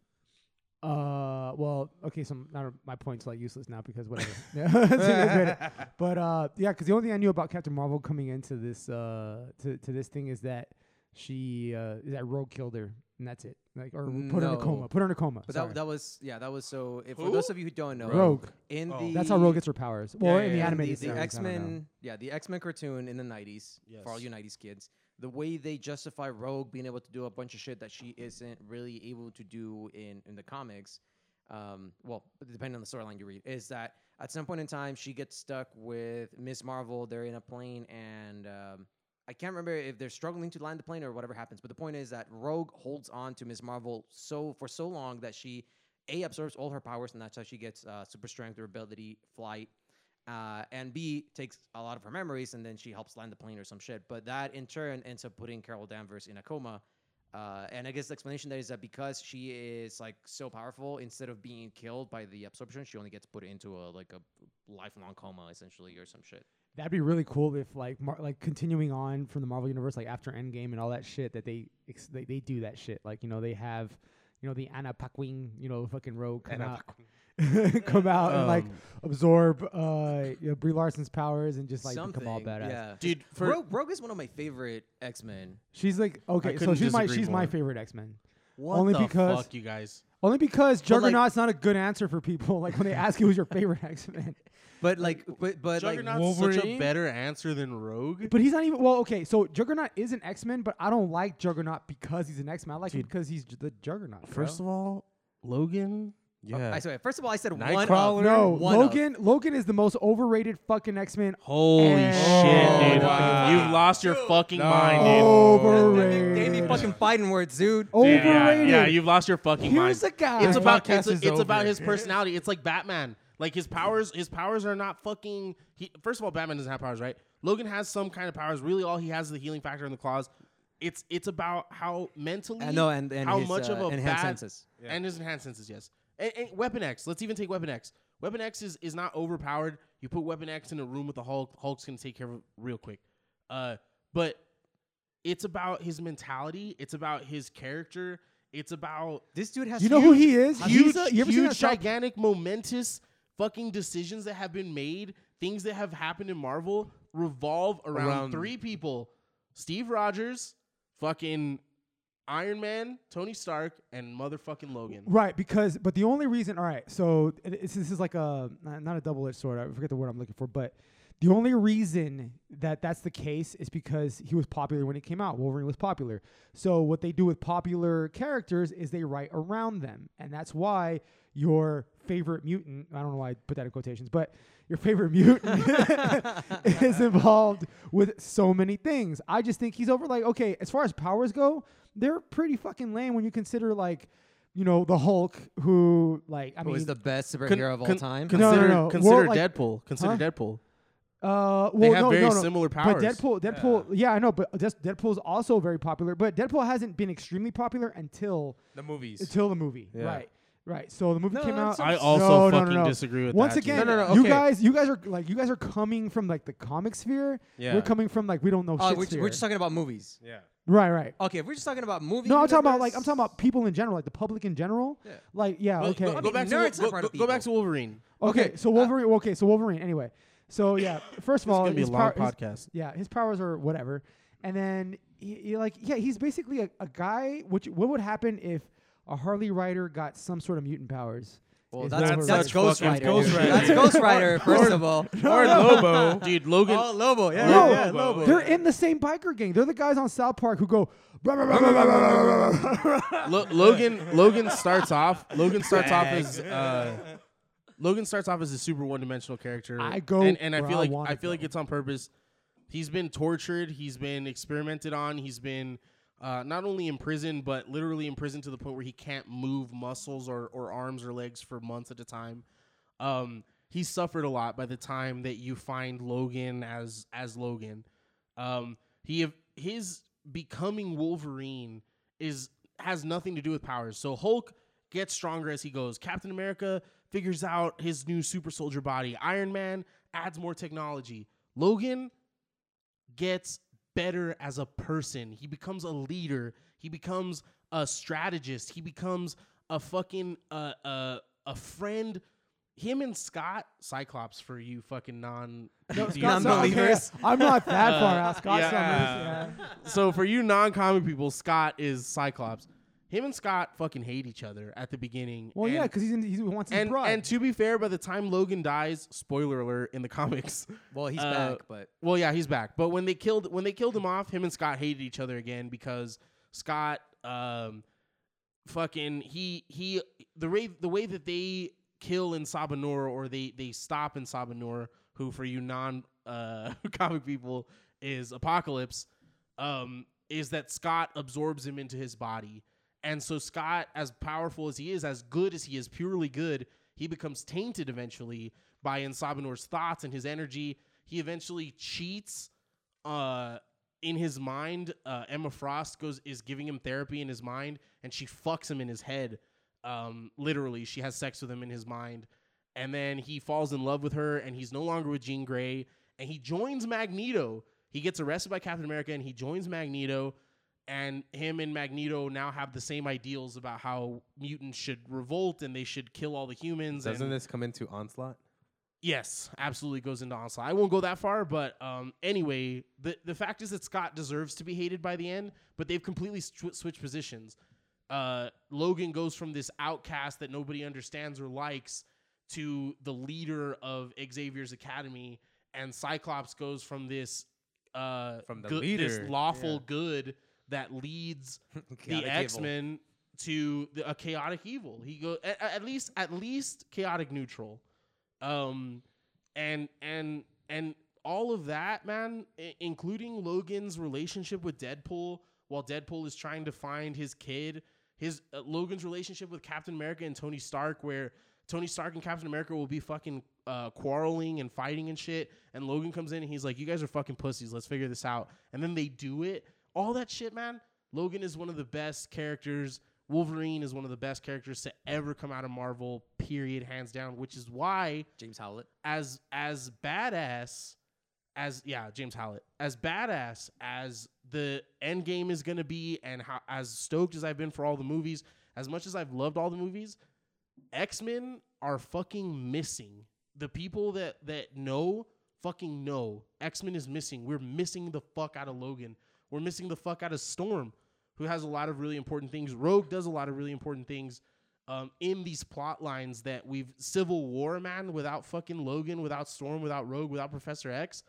Uh, well, okay, so m- now my point's like useless now because whatever. Yeah, so you guys made it. but uh, yeah, because the only thing I knew about Captain Marvel coming into this uh to, to this thing is that she uh that Rogue killed her and that's it. Like or put her in a No. coma. Put her in a coma. But sorry. that, that was yeah, that was so. If, for Who? those of you who don't know, Rogue. in Oh. the That's how Rogue gets her powers. Well, Yeah, in yeah, yeah. the And And animated the, the series, I don't know. X-Men, yeah, the X-Men cartoon in the 90s for all Yes. you 90s kids. the way they justify Rogue being able to do a bunch of shit that she isn't really able to do in in the comics, um, well, depending on the storyline you read, is that at some point in time she gets stuck with Miss Marvel. They're in a plane, and um, I can't remember if they're struggling to land the plane or whatever happens. But the point is that Rogue holds on to Miss Marvel so for so long that she a absorbs all her powers, and that's how she gets uh, super strength, durability, flight. Uh, and B takes a lot of her memories, and then she helps land the plane or some shit. But that in turn ends up putting Carol Danvers in a coma. Uh, and I guess the explanation there is that because she is like so powerful, instead of being killed by the absorption, she only gets put into a like a lifelong coma essentially or some shit. That'd be really cool if like Mar- like continuing on from the Marvel universe, like after Endgame and all that shit, that they ex- they, they do that shit. Like you know they have. You know the Anna Paquin, you know fucking rogue come out, come out and like Um, absorb uh you know, Brie Larson's powers and just like become all Something, badass. yeah. Dude, for Rogue, Rogue is one of my favorite X Men. She's like okay, so couldn't she's my disagree she's my more. favorite X Men. what only the because- fuck, you guys. Only because But, like- Juggernaut's not a good answer for people. Like when they ask you who's your favorite X Men, But like, but but like, Juggernaut's such a Wolverine? better answer than Rogue. but he's not even well. Okay, so Juggernaut is an X Men, but I don't like Juggernaut because he's an X Men. I like him because he's j- the Juggernaut. First bro. of all, Logan. Yeah. Oh, I swear. First of all, I said one. Nightcrawler? Of, no, one of- Logan Logan is the most overrated fucking X Men. Holy And- shit, dude. Oh, wow. You've lost your fucking No. Oh, mind, dude. Overrated. They be fucking fighting words, dude. Overrated. Yeah, yeah, you've lost your fucking Here's a mind. guy. It's This about podcast it's, is it's about over. his personality. It's like Batman. Like his powers, his powers are not fucking. He, first of all, Batman doesn't have powers, right? Logan has some kind of powers. Really, all he has is the healing factor and the claws. It's it's about how mentally, I know, Uh, and, and how his, much uh, of a enhanced bad senses. and his enhanced senses, yes. And, and Weapon X. Let's even take Weapon X. Weapon X is, is not overpowered. You put Weapon X in a room with the Hulk. Hulk's gonna take care of it real quick. Uh, but it's about his mentality. It's about his character. It's about This dude has. You know who huge- he is? Have He's huge, a- you ever seen huge, that South- gigantic, momentous fucking decisions that have been made, things that have happened in Marvel revolve around, Around- three people: Steve Rogers, fucking Iron Man, Tony Stark, and motherfucking Logan. Right, because but the only reason, all right, so it- it's, this is like a not not a double edged sword. I forget the word I'm looking for, but the only reason that that's the case is because he was popular when he came out. Wolverine was popular, so what they do with popular characters is they write around them, and that's why your favorite mutant. I don't know why I put that in quotations, but your favorite mutant is involved with so many things. I just think he's over. Like, okay, as far as powers go, they're pretty fucking lame when you consider like. You know the Hulk, who like I Who mean, is the best superhero Con- of all con- time? No, no, Consider, no. consider Well, like- Deadpool. Consider Huh? Deadpool. Uh, well, They have no, very no, no. similar But powers. Deadpool, Deadpool, yeah, I know, but Des- Deadpool's also very popular. But Deadpool hasn't been extremely popular until the movies. until the movie, Yeah. right? Right. So the movie No, came that's out. I also no, no, no, fucking no. disagree with Once that, dude. again, No, no, no, you okay. guys, you guys are like, you guys are coming from like the comic sphere. Yeah. We're coming from like we don't know Oh, shit we're, sphere. we're just talking about movies. Yeah. right, right. Okay, if we're just talking about movies. No, I'm talking about like I'm talking about people in general, like the public in general. Yeah. Like, yeah, Go- okay. Go, go mean, back nerds to, are Wo- part go, of go back people. to Wolverine. Okay, Okay, so Wolverine. okay, so Wolverine. Anyway, so yeah. First of all, uh, gonna be his a long power- his- podcast. yeah, his powers are whatever, and then he, he like yeah, he's basically a, a guy. Which what would happen if a Harley Rider got some sort of mutant powers? Well, Is that's Wolverine. that's, Ghost fucking Rider. Ghost dude. Rider. That's Ghost Rider. First of all, Or Lobo. Dude, Logan. oh Lobo, yeah, No, yeah, Lobo. they're in the same biker gang. They're the guys on South Park who go. "Blah, blah, blah, blah, blah, blah, blah, blah, blah, blah." Lo- Logan Logan starts off Logan starts off as uh, Logan starts off as a super one dimensional character. I go and, and I where feel I like wanna I feel like go. it's on purpose. He's been tortured. He's been experimented on. He's been uh, not only in prison, but literally in prison to the point where he can't move muscles or, or arms or legs for months at a time. Um, he suffered a lot by the time that you find Logan as as Logan. Um, he have, his becoming Wolverine is has nothing to do with powers. So Hulk gets stronger as he goes. Captain America figures out his new super soldier body. Iron Man adds more technology. Logan gets better as a person. He becomes a leader. He becomes a strategist. He becomes a fucking uh, uh, a friend. Him and Scott Cyclops for you fucking non Scott's not- okay, Non-believers. I'm not that far out. Scott's not- yeah. yeah. so for you non-comic people, Scott is Cyclops. Him and Scott fucking hate each other at the beginning. Well, yeah, and- because he's in, he wants his and bride. and to be fair, by the time Logan dies, spoiler alert in the comics. Well, he's Uh, back, but Well, yeah, he's back. But when they killed when they killed him off, him and Scott hated each other again because Scott, um, fucking he he the way the way that they kill in Sabanora or they they stop in Sabanora, who for you non uh comic people is Apocalypse, um, is that Scott absorbs him into his body. And so Scott, as powerful as he is, as good as he is, purely good, he becomes tainted eventually by Insabinor's thoughts and his energy. He eventually cheats. Uh, in his mind, uh, Emma Frost goes is giving him therapy in his mind, and she fucks him in his head. Um, literally, she has sex with him in his mind, and then he falls in love with her, and he's no longer with Jean Grey, and he joins Magneto. He gets arrested by Captain America, and he joins Magneto and him and Magneto now have the same ideals about how mutants should revolt and they should kill all the humans. Doesn't and this come into onslaught? yes, absolutely goes into onslaught. I won't go that far, but um, anyway, the the fact is that Scott deserves to be hated by the end, but they've completely sw- switched positions. Uh, Logan goes from this outcast that nobody understands or likes to the leader of Xavier's Academy, and Cyclops goes from this uh, From the good- leader, this lawful good that leads the X Men to the, a chaotic evil. He go at, at least at least chaotic neutral, um, and and and all of that, man, i- including Logan's relationship with Deadpool, while Deadpool is trying to find his kid, his uh, Logan's relationship with Captain America and Tony Stark, where Tony Stark and Captain America will be fucking uh, quarreling and fighting and shit. And Logan comes in and he's like, "You guys are fucking pussies. Let's figure this out." And then they do it. All that shit, man. Logan is one of the best characters. Wolverine is one of the best characters to ever come out of Marvel. Period, hands down. Which is why James Howlett. as as badass as yeah James Howlett as badass as the end game is gonna be and how as stoked as I've been for all the movies as much as I've loved all the movies X Men are fucking missing the people that that know fucking know X Men is missing we're missing the fuck out of Logan we're missing the fuck out of Storm who has a lot of really important things Rogue does a lot of really important things um, in these plot lines that we've Civil War, man, without fucking Logan, without Storm, without Rogue, without Professor X.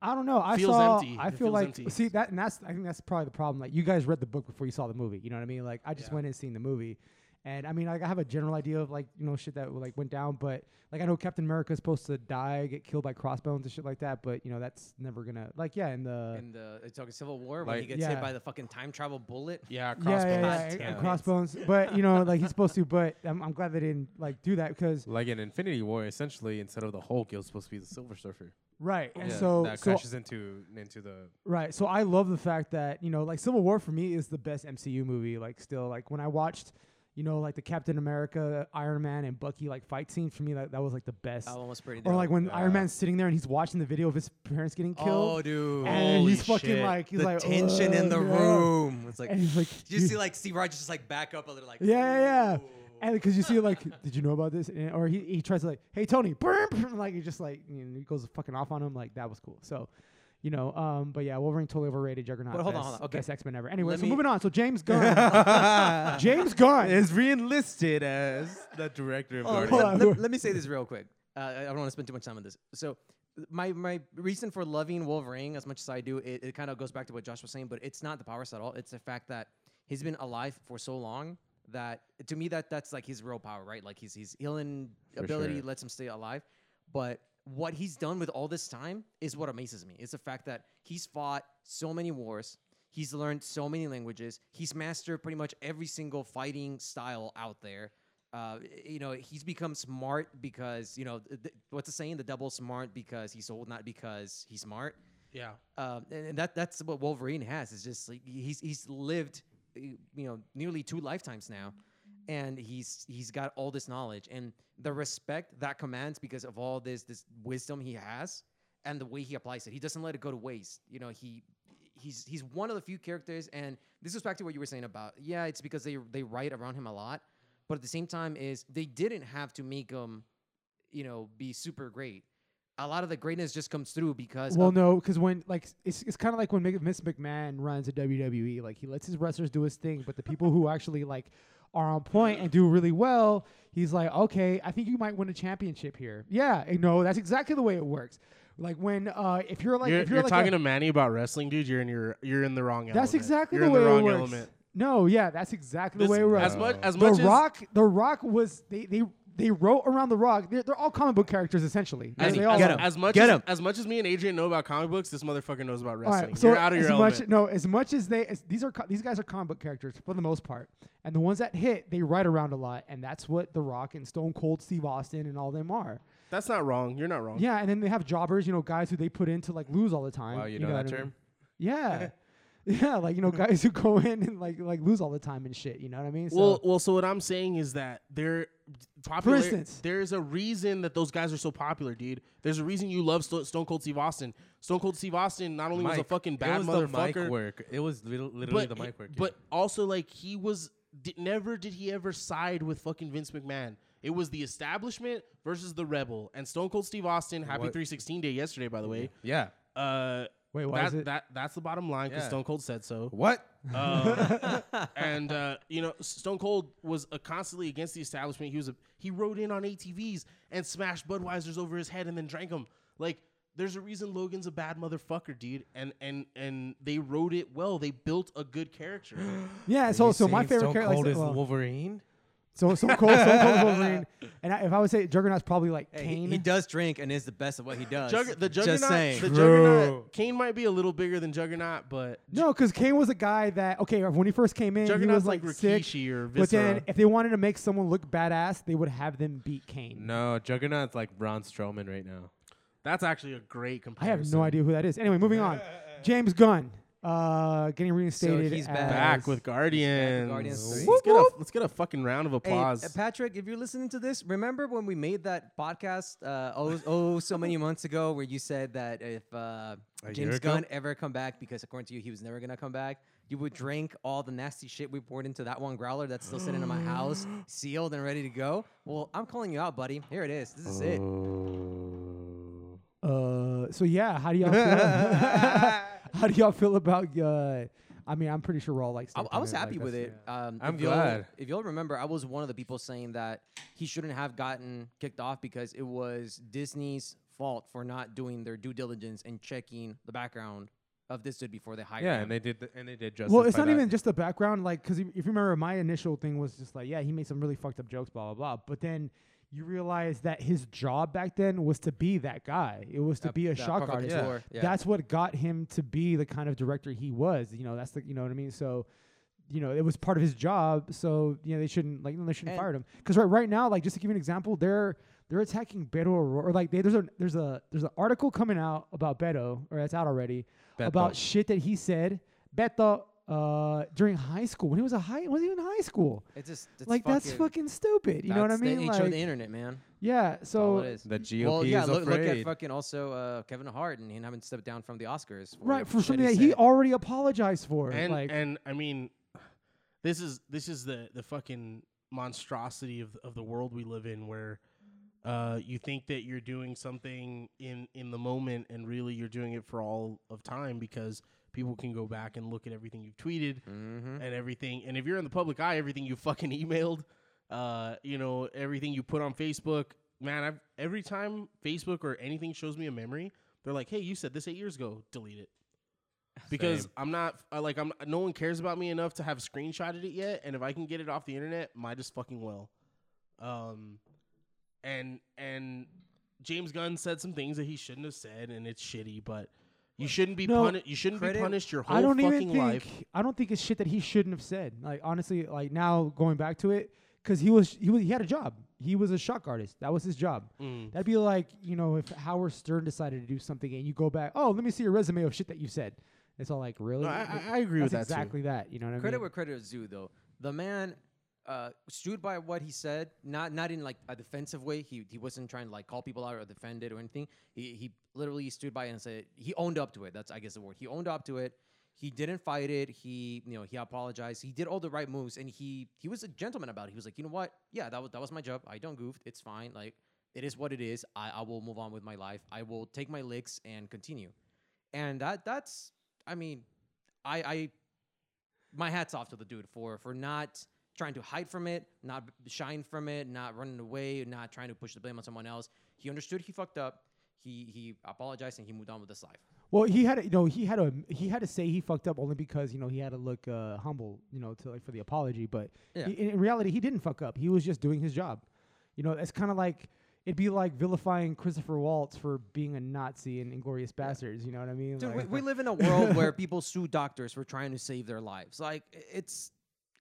I don't know. I feels saw. empty. I It feel feels like empty. see that, and that's. I think that's probably the problem. Like you guys read the book before you saw the movie. You know what I mean? Like I just Yeah. went and seen the movie, and I mean, like I have a general idea of like you know shit that like went down, but like I know Captain America is supposed to die, get killed by crossbones and shit like that, but you know that's never gonna like yeah. And the in the are you talking Civil War when he Like- gets Yeah. hit by the fucking time travel bullet. Yeah, yeah, crossbones. yeah, yeah, God and- damn and it. crossbones. but you know, like he's supposed to. But I'm, I'm glad they didn't like do that because Like in Infinity War, essentially, instead of the Hulk, it was supposed to be the Silver Surfer. right. And Yeah, so that so crashes into into the Right. So I love the fact that, you know, like Civil War for me is the best MCU movie. Like still, like when I watched, you know, like the Captain America, Iron Man, and Bucky like fight scene for me, that, that was like the best. I almost pretty. or like when Iron yeah. Man's sitting there and he's watching the video of his parents getting killed. Oh, dude. And Holy he's fucking shit. like- he's the like, tension in the "Ugh, yeah." room. It's like, and he's like, you see like Steve Rogers just like back up a little, like, Yeah, yeah, yeah. "Ooh." and because you see like, did you know about this? And, or he, he tries to like, hey Tony, like he just like you know, he goes fucking off on him. Like that was cool. So, you know, um, but yeah, Wolverine totally overrated. Juggernaut. But hold on, best- hold on. Okay. best X Men ever. Anyway, Let so me- moving on. So James Gunn, James Gunn is reenlisted as the director of Oh, Guardians. Hold on. let, let- let me say this real quick. Uh, I I don't want to spend too much time on this. So, my my reason for loving Wolverine as much as I do, it, it kind of goes back to what Josh was saying, but it's not the power set at all. It's the fact that he's been alive for so long that to me that that's like his real power, right? Like he's his healing For ability sure. lets him stay alive, but what he's done with all this time is what amazes me. It's the fact that he's fought so many wars. He's learned so many languages. He's mastered pretty much every single fighting style out there uh, you know, he's become smart because you know th- th- what's the saying? The double smart because he's old, not because he's smart. Yeah. Um, and, and that that's what Wolverine has. Is just like he's he's lived, uh, you know, nearly two lifetimes now, and he's he's got all this knowledge and the respect that commands because of all this this wisdom he has and the way he applies it. He doesn't let it go to waste. You know, he he's he's one of the few characters, and this goes back to what you were saying about yeah, it's because they they write around him a lot, but at the same time is they didn't have to make him, you know, be super great. a lot of the greatness just comes through because Well, of- no, because when like s- it's it's kind of like when Mc- Vince McMahon runs a WWE, E, like he lets his wrestlers do his thing, but the people who actually like are on point and do really well, he's like, okay, I think you might win a championship here. Yeah, and no, that's exactly the way it works. Like when uh, if you're like you're if you're, you're like talking a- to Manny about wrestling, dude. You're in your you're in the wrong element. that's exactly you're the way in the wrong it works. element. No, yeah, that's exactly This- the way it works. as much as the much as Rock, the Rock was they they they wrote around the Rock. They're, they're all comic book characters essentially. as, They Manny, all- get as, 'em. as much Get as, 'em. as much as me and Adrian know about comic books, this motherfucker knows about All wrestling. right, so you're out of your as element. much no, as much as they as, these are co- these guys are comic book characters for the most part, and the ones that hit they ride around a lot, and that's what The Rock and Stone Cold Steve Austin and all them are. That's not wrong. You're not wrong. Yeah, and then they have jobbers, you know, guys who they put in to like lose all the time. Wow, you know what that I mean? term? Yeah, yeah, like you know, guys who go in and like like lose all the time and shit. You know what I mean? So, Well, well. So what I'm saying is that they're popular. instance- there's a reason that those guys are so popular, dude. There's a reason you love Sto- Stone Cold Steve Austin. Stone Cold Steve Austin not only was a Mike. fucking It bad was the motherfucker, mic work. It was little, literally but the he- mic work. yeah. but also like he was did, never did he ever side with fucking Vince McMahon. It was the establishment versus the rebel, and Stone Cold Steve Austin. Happy What- 316 Day yesterday, by the way. yeah. Uh, wait, why that, is it? that that's the bottom line because Yeah. Stone Cold said so. What? Um, and uh, you know, Stone Cold was uh, constantly against the establishment. He was a, he rode in on ATVs and smashed Budweisers over his head and then drank them. Like, there's a reason Logan's a bad motherfucker, dude. And and and they rode it well. They built a good character. yeah, so so my favorite character. Cold like, is well, Wolverine. So Stone Cold, Stone Cold is Wolverine, and I, if I would say Juggernaut's probably like Hey, he, Kane. he does drink and is the best at what he does. Jugger- the Juggernaut, Just saying. the True. Juggernaut. Kane might be a little bigger than Juggernaut, but No, because Kane was a guy that okay when he first came in, he Juggernaut's was like, like, sick. Rikishi or Viscera. But then if they wanted to make someone look badass, they would have them beat Kane. No, Juggernaut's like Braun Strowman right now. that's actually a great I comparison. have no idea who that is. Anyway, moving on. James Gunn, uh, getting reinstated. he's as- back. Back with Guardians. Guardians three. Let's get, a, let's get a fucking round of Hey, uh, applause. Patrick, if you're listening to this, remember when we made that podcast uh, oh, oh so many months ago where you said that if uh, A year James ago? Gunn ever come back, because according to you, he was never going to come back, you would drink all the nasty shit we poured into that one growler that's still sitting in my house, sealed and ready to go. Well, I'm calling you out, buddy. Here it is. This is it. Uh, so yeah, how do y'all feel? how do y'all feel about? Uh, I mean, I'm pretty sure Raw likes. I, I was Stone Cold, happy like, with that's- it. Um, I'm if y'all- glad. If y'all remember, I was one of the people saying that he shouldn't have gotten kicked off because it was Disney's fault for not doing their due diligence and checking the background of this dude before they hired Yeah, him. and they did. The, and they did just. Well, it's not even just the background, like because if you remember, my initial thing was just like, yeah, he made some really fucked up jokes, blah blah blah. But then you realize that his job back then was to be that guy. It was to That- be a that shock provocateur, artist. yeah. Yeah. That's what got him to be the kind of director he was. You know, that's the you know what I mean. So. You know, it was part of his job, so you know they shouldn't like they shouldn't And- fire him. Because right, right now, like just to give you an example, they're they're attacking Beto O'Rourke. Or like they, there's a there's a there's an article coming out about Beto, or that's out already, Beto. about shit that he said, Beto, uh, during high school when he was a high, wasn't even in high school. it's just it's like that's fucking stupid. You know what I that's mean? The nature like, of the internet, man. yeah. That's all So it is. The GOP well, yeah. is Look, look at afraid. fucking also uh, Kevin Hart and him having to step down from the Oscars. right for shit something that he said. already apologized for. and like and I mean, this is this is the the fucking monstrosity of of the world we live in, where uh, you think that you're doing something in in the moment, and really you're doing it for all of time because people can go back and look at everything you've tweeted Mhm. Mm-hmm. and everything, and if you're in the public eye, everything you fucking emailed, uh, you know, everything you put on Facebook. Man, I've, every time Facebook or anything shows me a memory, they're like, "Hey, you said this eight years ago. Delete it." because Same. I'm not uh, like I'm. No one cares about me enough to have screenshotted it yet. And if I can get it off the internet, might as fucking well. Um, and and James Gunn said some things that he shouldn't have said, and it's shitty. But you shouldn't be No, punished. You shouldn't credit- be punished your whole I don't fucking even think life. I don't think it's shit that he shouldn't have said. Like honestly, like now going back to it, because he was he was he had a job. He was a shock artist. That was his job. Mm. That'd be like, you know, if Howard Stern decided to do something and you go back, oh, let me see your resume of shit that you said. It's all like, really? No, I- I- Like, I agree with that's that, too. Exactly that. You know what I credit mean? where credit is due, though. The man uh, stood by what he said, not not in like a defensive way. He he wasn't trying to like call people out or defend it or anything. He he literally stood by and said he owned up to it. That's I guess the word. He owned up to it. He didn't fight it. He you know he apologized. He did all the right moves, and he he was a gentleman about it. He was like, you know what? Yeah, that was that was my job. I don't goofed. It's fine. Like It is what it is. I, I will move on with my life. I will take my licks and continue. And that that's I mean, I I my hat's off to the dude for for not trying to hide from it, not b- shine from it, not running away, not trying to push the blame on someone else. He understood he fucked up. He he apologized and he moved on with his life. Well, he had to, you know he had to he had to say he fucked up only because you know he had to look uh, humble you know to like for the apology, but Yeah. he, in- in reality he didn't fuck up. He was just doing his job. You know, it's kind of like it'd be like vilifying Christopher Waltz for being a Nazi in Inglorious Bastards. You know what I mean? Dude, we, Like- we live in a world where people sue doctors for trying to save their lives. Like i- it's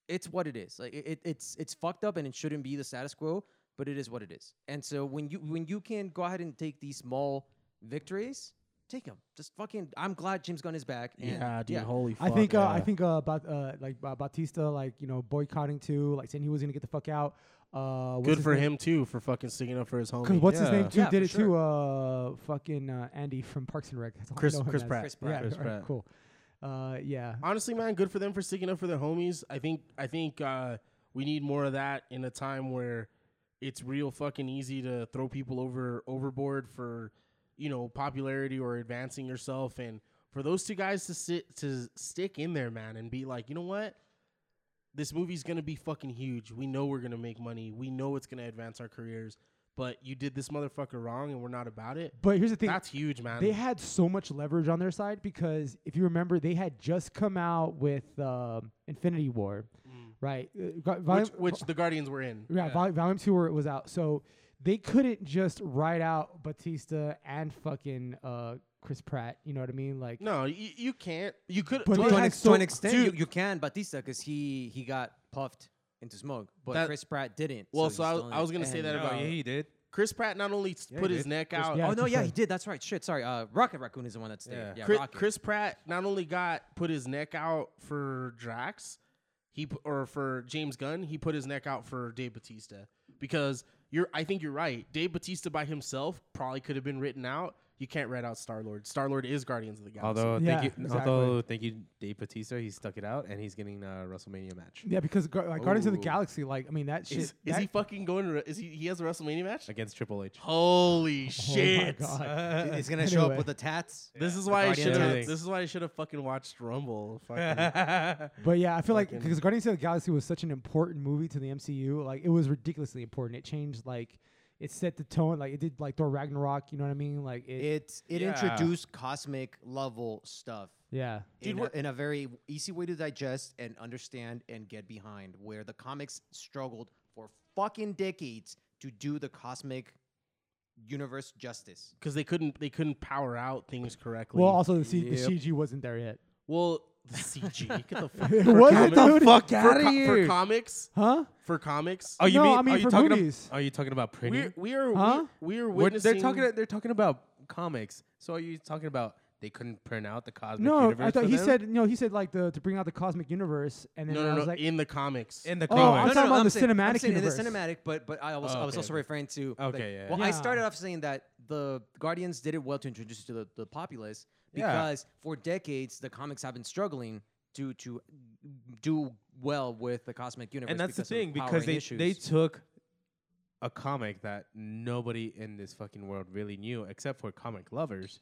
it's what it is. Like it, it- it's it's fucked up and it shouldn't be the status quo, but it is what it is. And so when you when you can go ahead and take these small victories, take them. Just fucking. I'm glad James Gunn is back. And Yeah, dude. Holy I fuck. think uh, I yeah. think uh, about uh, like uh, Batista like you know boycotting too, like saying he was gonna get the fuck out. Uh, what's Good his for name? him too for fucking sticking up for his homie. Cause what's his name Yeah. too Yeah, did for it too. Uh, fucking uh, Andy from Parks and Rec. That's all I Chris- know him Chris as. Pratt. Chris Pratt. Yeah, Chris all right, Pratt. Cool. Uh, yeah. Honestly, man, good for them for sticking up for their homies. I think I think uh, we need more of that in a time where it's real fucking easy to throw people over overboard for you know popularity or advancing yourself, and for those two guys to sit to stick in there, man, and be like, you know what, this movie's gonna be fucking huge. We know we're gonna make money. We know it's gonna advance our careers. But you did this motherfucker wrong, and we're not about it. But here's the thing. That's huge, man. They had so much leverage on their side because if you remember, they had just come out with um, Infinity War, right? Uh, got- which, volume- which the Guardians were in. Yeah, Yeah. Vol- Volume Two, where it was out. So they couldn't just write out Batista and fucking uh, Chris Pratt. You know what I mean? Like, No, you, you can't. You could. But To, they an, had ex- so- to an extent, you, Dude. you can Batista because he he got puffed into smoke, but That- Chris Pratt didn't. Well, he's so I- still in I it. was gonna say And- that No, about- yeah, he did. Chris Pratt not only s- Yeah, put he his did. neck Chris- out. yeah. Oh no, yeah, Chris- he did. That's right. Shit, sorry. Uh, Rocket Raccoon is the one that stayed. Yeah. Yeah, Chris, Rocket. Chris Pratt not only got put his neck out for Drax, he p- or for James Gunn, he put his neck out for Dave Batista because you're. I think you're right. Dave Batista by himself probably could have been written out. You can't write out Star Lord. Star Lord is Guardians of the Galaxy. Although, Yeah, thank you, exactly. although thank you, Dave Batista, he stuck it out, and he's getting a WrestleMania match yeah, because Gu- like Guardians of the Ooh. Galaxy, like, I mean, that shit. is, is that- he fucking going? To, is he? He has a WrestleMania match. against Triple H. Holy oh shit! My God. He's gonna show Anyway. up with the tats. This is The why I Guardians should of have. the- This is why I should have fucking watched Rumble. Fucking. That's But yeah, I feel like Fucking- because Guardians of the Galaxy was such an important movie to the MCU, like it was ridiculously important. It changed like it set the tone, like it did like Thor Ragnarok. You know what I mean? Like it, It it Yeah. introduced cosmic level stuff yeah, Dude, in, a, what- in a very easy way to digest and understand and get behind, where the comics struggled for fucking decades to do the cosmic universe justice. because they couldn't they couldn't power out things correctly. Well, also the, C- Yep. the CG wasn't there yet, well, the CG. Get the fuck It for wasn't, comic- dude. fuck for, outta co- for here. comics. huh? For comics, Oh, you No, mean, I mean are you for talking ab- movies. are you talking about printing? we're, we are Huh? we, we are We're- witnessing. they're talking. They're talking about comics. So are you talking about they couldn't print out the cosmic No, universe? I thought for he them? said no. He said like the to bring out the cosmic universe, and then no, I no, was no. like, in the comics, in the Oh, I'm comics. talking about the I'm cinematic saying in the universe. cinematic, but but I was Oh, I was okay, also okay. referring to like- Okay, yeah, Well, yeah. I started off saying that the Guardians did it well to introduce it to the, the populace Yeah. because for decades the comics have been struggling to to do well with the cosmic universe. and that's the because of thing power because and they issues. they took a comic that nobody in this fucking world really knew except for comic lovers.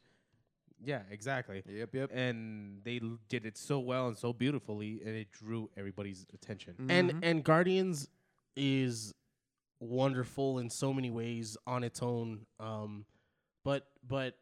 Yeah, exactly. Yep, yep. And they l- did it so well and so beautifully, and it drew everybody's attention. and Mm-hmm. and Guardians is wonderful in so many ways on its own. Um, but but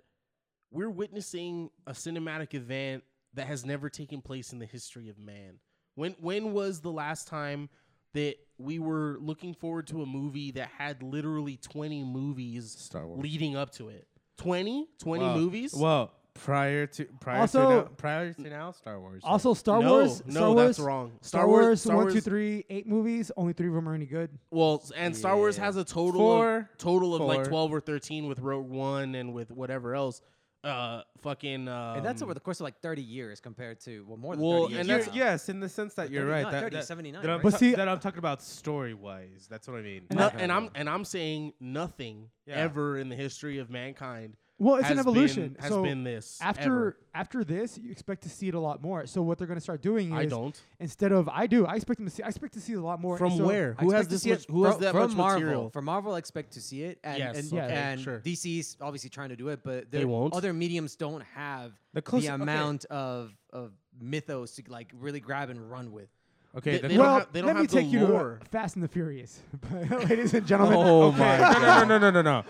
we're witnessing a cinematic event that has never taken place in the history of man. When when was the last time that we were looking forward to a movie that had literally 20 movies Star leading up to it? 20? 20 Well- movies? Well, prior to prior Also- to now, prior to now, Star Wars. also Star no, Wars. no, Star that's Wars. wrong. Star Wars, one, two, three, eight movies. Only three of them are any good. Well, s- and Star Wars Yeah. has a total Four. of, total of like Four. twelve or thirteen with Rogue One and with whatever else. Uh, fucking. Um, and that's over the course of like 30 years compared to well more than Well, 30 and years. You're- that's- now. yes, in the sense that But you're 30 right. not that, 30, that, 79, that I'm right? But see- that I'm talking about story wise. That's what I mean. No- and I'm and I'm saying nothing Yeah. ever in the history of mankind Well, it's an has been- evolution. has so been this after ever. after this, you expect to see it a lot more. So what they're going to start doing is I don't. instead of I do, I expect them to see. I expect to see a lot more. From so where? I Who has expect to this see much? it- Who has Fro- that from much Marvel. material? From Marvel, I expect to see it, and Yes, and, okay, and sure. DC's obviously trying to do it, but They their won't. Other mediums don't have the, closest- okay. amount of of mythos to like really grab and run with. Okay, They- the they don't well, have- they don't let me have the take you lore. to Fast and the Furious, ladies and gentlemen. Oh okay. my! No, no, no, no, no, no.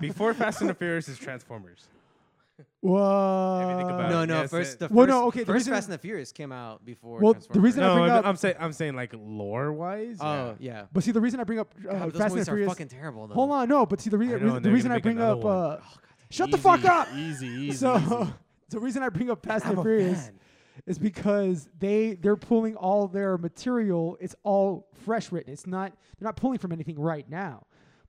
Before Fast and the Furious is Transformers. Whoa. If you think about Uh, it. no, no. yes, first, it- the Well, first, no, okay, the First reason- Fast and the Furious came out before. Well, the Transformers. reason I No, bring I'm, up- I'm saying I'm saying like lore wise. Oh yeah. But see, the reason I bring up uh, God, but those Fast and the movies are Furious. fucking terrible. Though. Hold on, no. But see, the, rea- I know, reason- and the they're reason gonna I make bring another up. one. Uh, shut the Oh, Easy, fuck up. Easy, easy. so, the reason I bring up Fast and the Furious is because they they're pulling all their material. It's all fresh written. It's not they're not pulling from anything right now.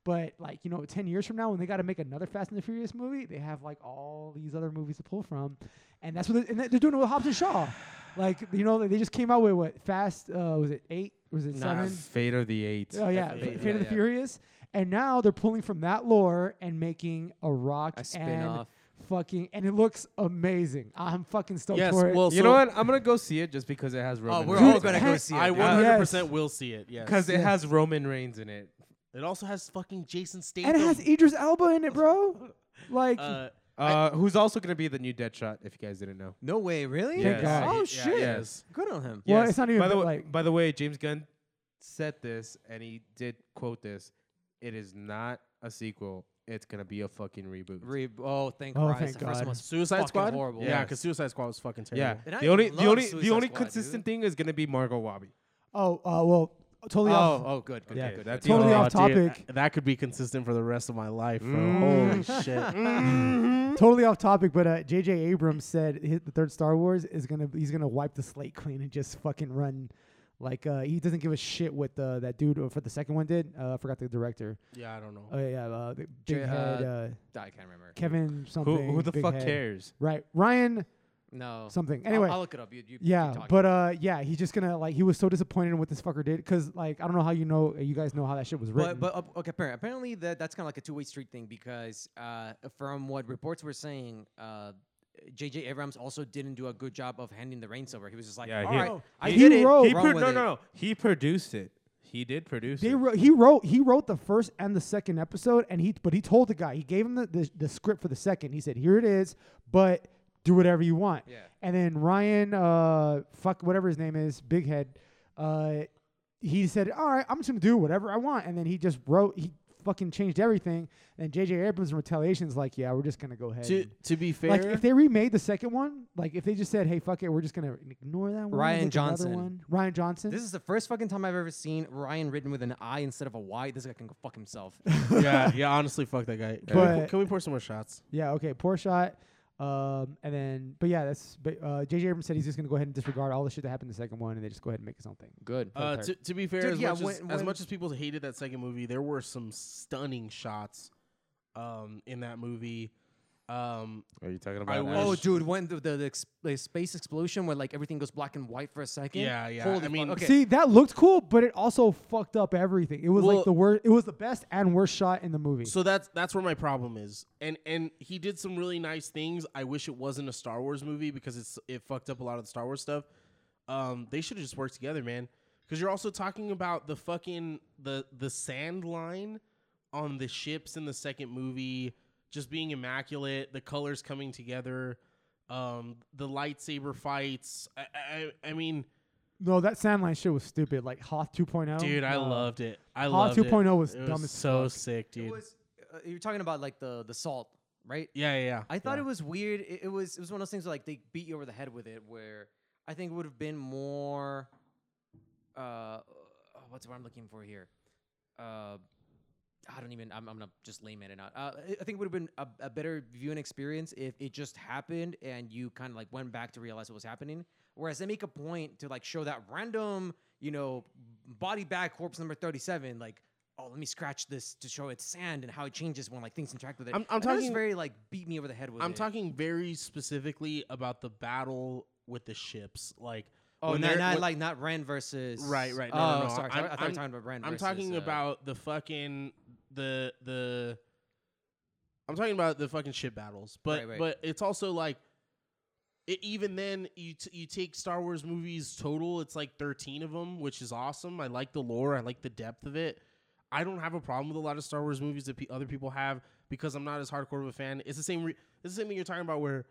But like you know, ten years from now, when they got to make another Fast and the Furious movie, they have like all these other movies to pull from, and that's what they're, and they're doing it with Hobbs and Shaw. Like you know, they just came out with what Fast uh, was it eight? Was it Nah, seven? Uh, Fate of the Eight. Oh yeah, Definitely. Fate Yeah, of the yeah. Furious, and now they're pulling from that lore and making a rock A and spin-off. fucking, and it looks amazing. I'm fucking stoked yes, for it. well, You know what? I'm gonna go see it just because it has Roman. we're Reigns all in gonna it. go see I dude. 100% Yes. will see it. Yes. because it Yes. has Roman Reigns in it. it also has fucking Jason Statham. and it has Idris Elba in it, bro. Like, uh, Uh, who's also gonna be the new Deadshot? If you guys didn't know. No way, really? Thank Yes. God. Oh Yeah, shit. Yes. Good on him. Well, it's not even by the been way, like- by the way, James Gunn said this, and he did quote this. It is not a sequel. It's gonna be a fucking reboot. Re- oh, thank Oh, Christ. thank the God. first one was Suicide fucking Squad. horrible. Yeah, Yes. because Suicide Squad was fucking yeah. terrible. And I The only, love the only, the Suicide only Squad, consistent thing is gonna be Margot Robbie. oh, uh, well, totally oh, off. oh, good, good, Yeah, good. That's totally the only- off topic. Uh, dude, that could be consistent for the rest of my life, bro. Mm. Holy shit. Totally off topic, but uh, J.J. Abrams said hit the third Star Wars is gonna he's gonna wipe the slate clean and just fucking run, like uh, he doesn't give a shit what the, that dude for the second one did. Uh, I forgot the director. Yeah, I don't know. Oh yeah, uh, the big J- head uh, uh, I can't remember. Kevin something. Who, who the big fuck head. cares? Right, Ryan No. something. I'll- Anyway, I'll, look it up. You, you keep yeah, talking. but uh, yeah, he's just gonna like he was so disappointed in what this fucker did because like I don't know how you know you guys know how that shit was written. But, but uh, okay, apparently, apparently that that's kind of like a two-way street thing because uh, from what reports were saying, uh, J.J. Abrams also didn't do a good job of handing the reins over. He was just like, Yeah, "All he- right, I he did it. wrote- He run pro- with no, it." no, no. He produced it. He did produce they it. wrote, he wrote he wrote the first and the second episode, and he but he told the guy he gave him the, the, the script for the second. He said, "Here it is, but do whatever you want." Yeah. And then Ryan, uh, fuck whatever his name is, Big Head, uh, he said, "All right, I'm just gonna do whatever I want," and then he just wrote he fucking changed everything. And J.J. Abrams in retaliation is like, "Yeah, we're just gonna go ahead." To and- to be fair, Like if they remade the second one, like if they just said, "Hey, fuck it, we're just gonna ignore that one." Ryan make another Johnson. one." Ryan Johnson. This is the first fucking time I've ever seen Ryan written with an I instead of a Y. This guy can go fuck himself. yeah, yeah, honestly, fuck that guy. Can, we, But- can we pour some more shots? Yeah. Okay. Poor shot. Um, and then, but yeah, that's. But uh, JJ Abrams said he's just gonna go ahead and disregard all the shit that happened in the second one, and they just go ahead and make his own thing. Good. Uh, to, to be fair, Dude, as, yeah, much as, when- as when- much as people hated that second movie, there were some stunning shots um, in that movie. Um, Are you talking I about? wish- Oh, Ash? dude! When the, the, the, ex- the space explosion, where like everything goes black and white for a second. Yeah, yeah, Holy I mean- fuck. okay. See, that looked cool, but it also fucked up everything. It was Well- like the worst. It was the best and worst shot in the movie. so that's that's where my problem is, and and he did some really nice things. I wish it wasn't a Star Wars movie because it's it fucked up a lot of the Star Wars stuff. Um, they should have just worked together, man. Because you're also talking about the fucking the the sand line on the ships in the second movie just being immaculate, the colors coming together, um, the lightsaber fights. I I, I mean, no, that Sandline shit was stupid. Like Hoth oh? 2.0. dude, I no. loved it. I Hot loved 2.0 it. was It dumb as so fuck. sick, dude. It was, uh, you're talking about like the the salt, right? yeah, yeah, yeah. I thought Yeah. it was weird. It, it was it was one of those things where, like they beat you over the head with it. Where I think it would have been more, uh, uh, what's what I'm looking for here? Uh, I don't even. I'm, I'm gonna just layman it out. Uh, I- I think it would have been a, a better viewing experience if it just happened and you kind of like went back to realize what was happening. Whereas they make a point to like show that random, you know, body bag corpse number 37, like. Oh, let me scratch this to show it's sand and how it changes when like things interact with it. I'm- I'm I thought it was talking- very very like beat me over the head with I'm it. talking very specifically about the battle with the ships, like Oh, when not, they're- not when- like not Ren versus. Right, right, no, oh, no, no, I'm- sorry. sorry, I thought you I'm- were talking about Ren. I'm versus, talking uh, about the fucking the the I'm talking about the fucking ship battles, but Right, right. but it's also like, it, even then you t- you take Star Wars movies total, it's like 13 of them, which is awesome. I like the lore, I like the depth of it. I don't have a problem with a lot of Star Wars movies that pe- other people have because I'm not as hardcore of a fan. It's the same. Re- it's the same thing you're talking about where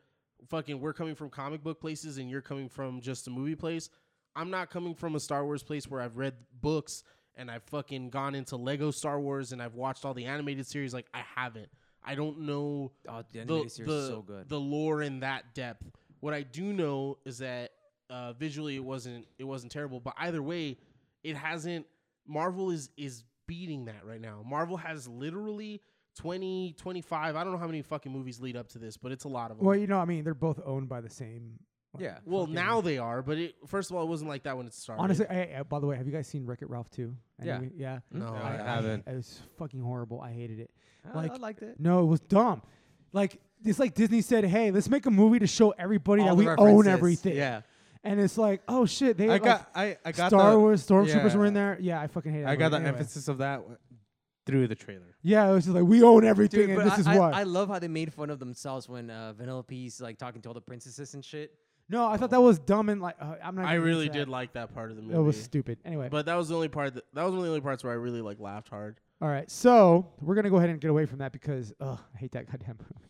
fucking we're coming from comic book places and you're coming from just a movie place. I'm not coming from a Star Wars place where I've read books and I've fucking gone into Lego Star Wars and I've watched all the animated series. Like I haven't. I don't know Oh, the the, animated series the, is so good. the lore in that depth. What I do know is that uh, visually it wasn't it wasn't terrible, but either way, it hasn't. Marvel is is beating that right now. Marvel has literally 20, 25, I don't know how many fucking movies lead up to this, but it's a lot of them. Well, you know, I mean, they're both owned by the same. like, Yeah. Well, fucking- now they are, but it, first of all, it wasn't like that when it started. honestly, hey, hey, by the way, have you guys seen Wreck It Ralph too? Yeah. yeah. no, I I, I, haven't. It was fucking horrible. I hated it. Ah, like- I liked it. No, it was dumb. Like it's like Disney said, "Hey, let's make a movie to show everybody All that the we own references, everything." Yeah, And it's like, oh shit, they I like, got I I got Star the, Wars stormtroopers yeah. were in there. Yeah, I fucking hate. I got the anyway. emphasis of that w- through the trailer. Yeah, it was just like we own everything, Dude, and but this I, is I, why. I love how they made fun of themselves when uh, Vanellope's like talking to all the princesses and shit. no, I thought that was dumb and like uh, I'm not. gonna get really into did that. like that part of the movie. It was stupid. Anyway, but that was the only part that, that was one of the only parts where I really like laughed hard. all right, so we're gonna go ahead and get away from that because ugh, I hate that goddamn movie.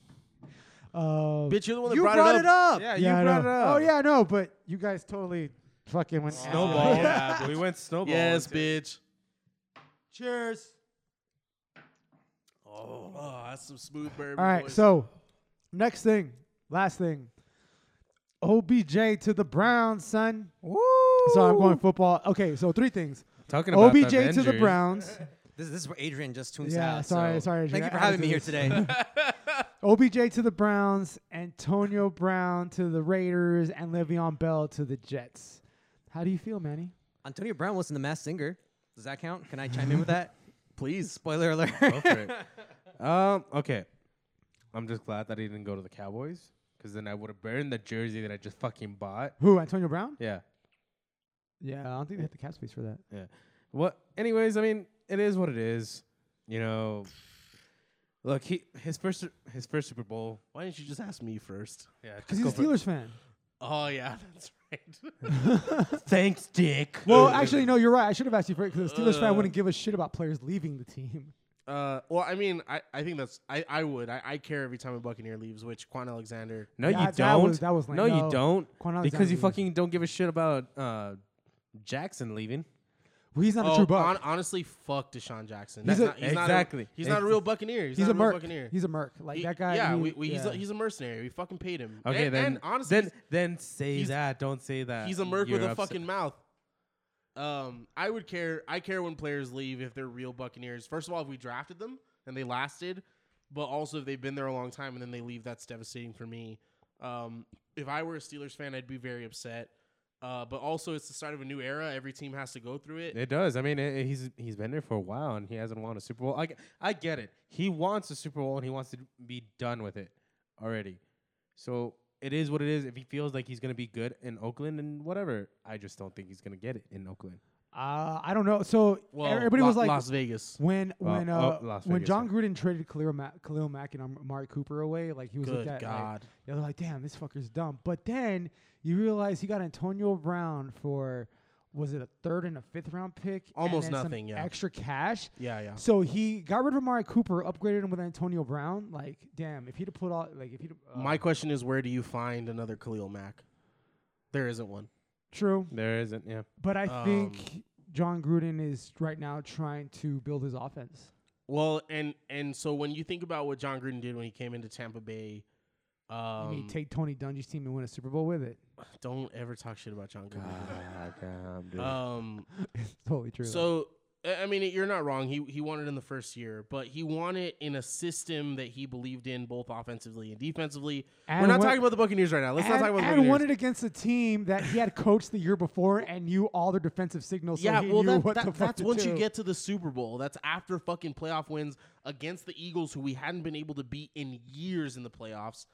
Uh, Bitch, you're the one that You brought, it up. yeah, I you brought it know. up. Oh yeah, I know, but you guys totally fucking went snowball. Yeah, Oh, we went snowball. Yes, into it. bitch. Cheers. Oh, that's some smooth bourbon. All right, boys. so next thing, last thing, OBJ to the Browns, son. So I'm going football. Okay, so three things: Talking about OBJ to the the Avengers. Browns, This, this is where Adrian just tunes Yeah, out. sorry, so sorry, Thank Adrian. you for I had having me here to today. OBJ to the Browns, Antonio Brown to the Raiders, and Le'Veon Bell to the Jets. How do you feel, Manny? Antonio Brown wasn't the mass singer. Does that count? Can I chime in with that? Please. Spoiler alert. Go for it. um. Okay. I'm just glad that he didn't go to the Cowboys, because then I would have burned the jersey that I just fucking bought. Who, Antonio Brown? Yeah. Yeah, I don't think they hit the cap space for that. Yeah. What? Anyways, I mean, it is what it is. You know. Look, he his first his first Super Bowl. why didn't you just ask me first? Yeah. Because he's a Steelers fan. Oh yeah, that's right. Thanks, Dick. Well, actually, no, you're right. I should have asked you for it because a Steelers fan wouldn't give a shit about players leaving the team. Uh, well, I mean, I, I think that's I, I would I, I care every time a Buccaneer leaves, which Quan Alexander. No, Yeah, you that don't. was- that was lame. no, No. you don't. Quan Because Alexander you leaving. fucking don't give a shit about uh, Jackson leaving. Well, he's not a Oh, true buck. hon- honestly, fuck Deshaun Jackson. He's That's a- not, he's Not exactly. a, he's not a real Buccaneer. He's, he's not a a real merc. Buccaneer. He's a merc. Like He- that guy. Yeah, he- we, we, He's, a, yeah. he's a mercenary. We fucking paid him. Okay, and, then and honestly, then then say he's- that. Don't say that. he's, he's a merc You're with a upset. fucking mouth. Um, I would care. I care when players leave if they're real Buccaneers. First of all, if we drafted them and they lasted, but also if they've been there a long time and then they leave, that's devastating for me. Um, if I were a Steelers fan, I'd be very upset. Uh, but also, it's the start of a new era. Every team has to go through it. It does. I mean, it, he's he's been there for a while and he hasn't won a Super Bowl. I, g- I get it. He wants a Super Bowl and he wants to be done with it already. So it is what it is. If he feels like he's gonna be good in Oakland and whatever, I just don't think he's gonna get it in Oakland. Uh, I don't know. So Well, everybody was La- like, Las Vegas. when Well, when oh, uh, Las when Vegas, John Gruden traded Khalil Mack, Khalil Mack and um, Amari Cooper away, like he was Good like that. Like, God. yeah, they're like, damn, this fucker's dumb. But then you realize he got Antonio Brown for was it a third and a fifth round pick? and Almost then some nothing, yeah. Extra cash. Yeah, yeah. So he got rid of Amari Cooper, upgraded him with Antonio Brown. Like, damn, if he'd have put all like if he'd uh, My question is, where do you find another Khalil Mack? There isn't one. true. There isn't. Yeah. But I think Um, John Gruden is right now trying to build his offense. Well, and and so when you think about what John Gruden did when he came into Tampa Bay, You um, mean take Tony Dungy's team and win a Super Bowl with it. don't ever talk shit about John Gruden. God damn, dude. um, It's totally true. so I I mean, you're not wrong. He he won it in the first year, but he won it in a system that he believed in, both offensively and defensively. And We're not won- talking about the Buccaneers right now. Let's and, not talk about the and won Buccaneers. it against a team that he had coached the year before and knew all their defensive signals. yeah, so he well, knew that, what that- the fuck that's to once do. you get to the Super Bowl. That's after fucking playoff wins against the Eagles, who we hadn't been able to beat in years in the playoffs.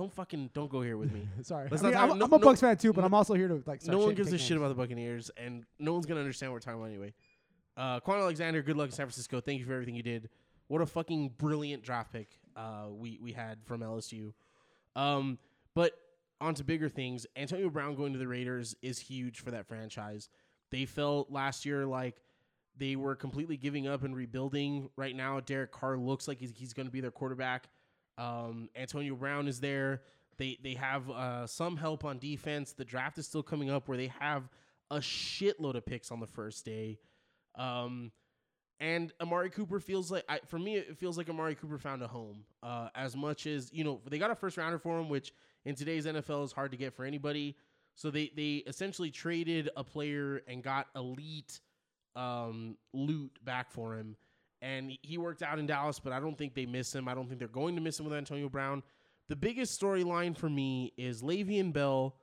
Don't fucking don't go here with me. Sorry, Let's I not mean, talk- I'm, no- I'm a no- Bucks fan too, but I'm also here to like. start no one shitting gives a take shit names. about the Buccaneers, and no one's gonna understand what we're talking about anyway. Uh, Quan Alexander, good luck in San Francisco. Thank you for everything you did. What a fucking brilliant draft pick. uh, we we had from LSU. Um, but onto bigger things. Antonio Brown going to the Raiders is huge for that franchise. They felt last year like they were completely giving up and rebuilding. Right now, Derek Carr looks like he's, he's going to be their quarterback. Um, Antonio Brown is there. They they have uh, some help on defense. The draft is still coming up, where they have a shitload of picks on the first day. Um, and Amari Cooper feels like, I, for me, it feels like Amari Cooper found a home. Uh, as much as you know, they got a first rounder for him, which in today's NFL is hard to get for anybody. So they they essentially traded a player and got elite um, loot back for him. And he- he worked out in Dallas, but I don't think they miss him. I don't think they're going to miss him with Antonio Brown. The biggest storyline for me is Le'Veon Bell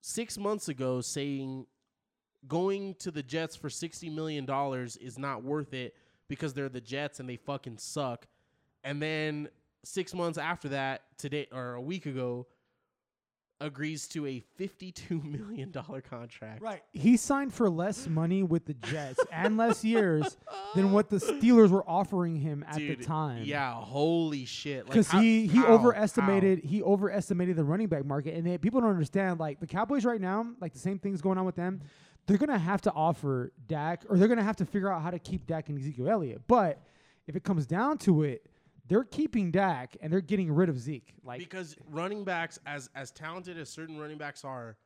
six months ago saying going to the Jets for sixty million dollars is not worth it because they're the Jets and they fucking suck. And then six months after that, today or a week ago, agrees to a fifty-two million dollar contract. Right. He signed for less money with the Jets and less years than what the Steelers were offering him at Dude, the time. Yeah, holy shit. Like, Because how- he, he how- overestimated he overestimated the running back market, and they, people don't understand. Like the Cowboys right now, like the same thing's going on with them. They're gonna have to offer Dak, or they're gonna have to figure out how to keep Dak and Ezekiel Elliott. But if it comes down to it, they're keeping Dak and they're getting rid of Zeke. how. Like because running backs, as as talented as certain running backs are,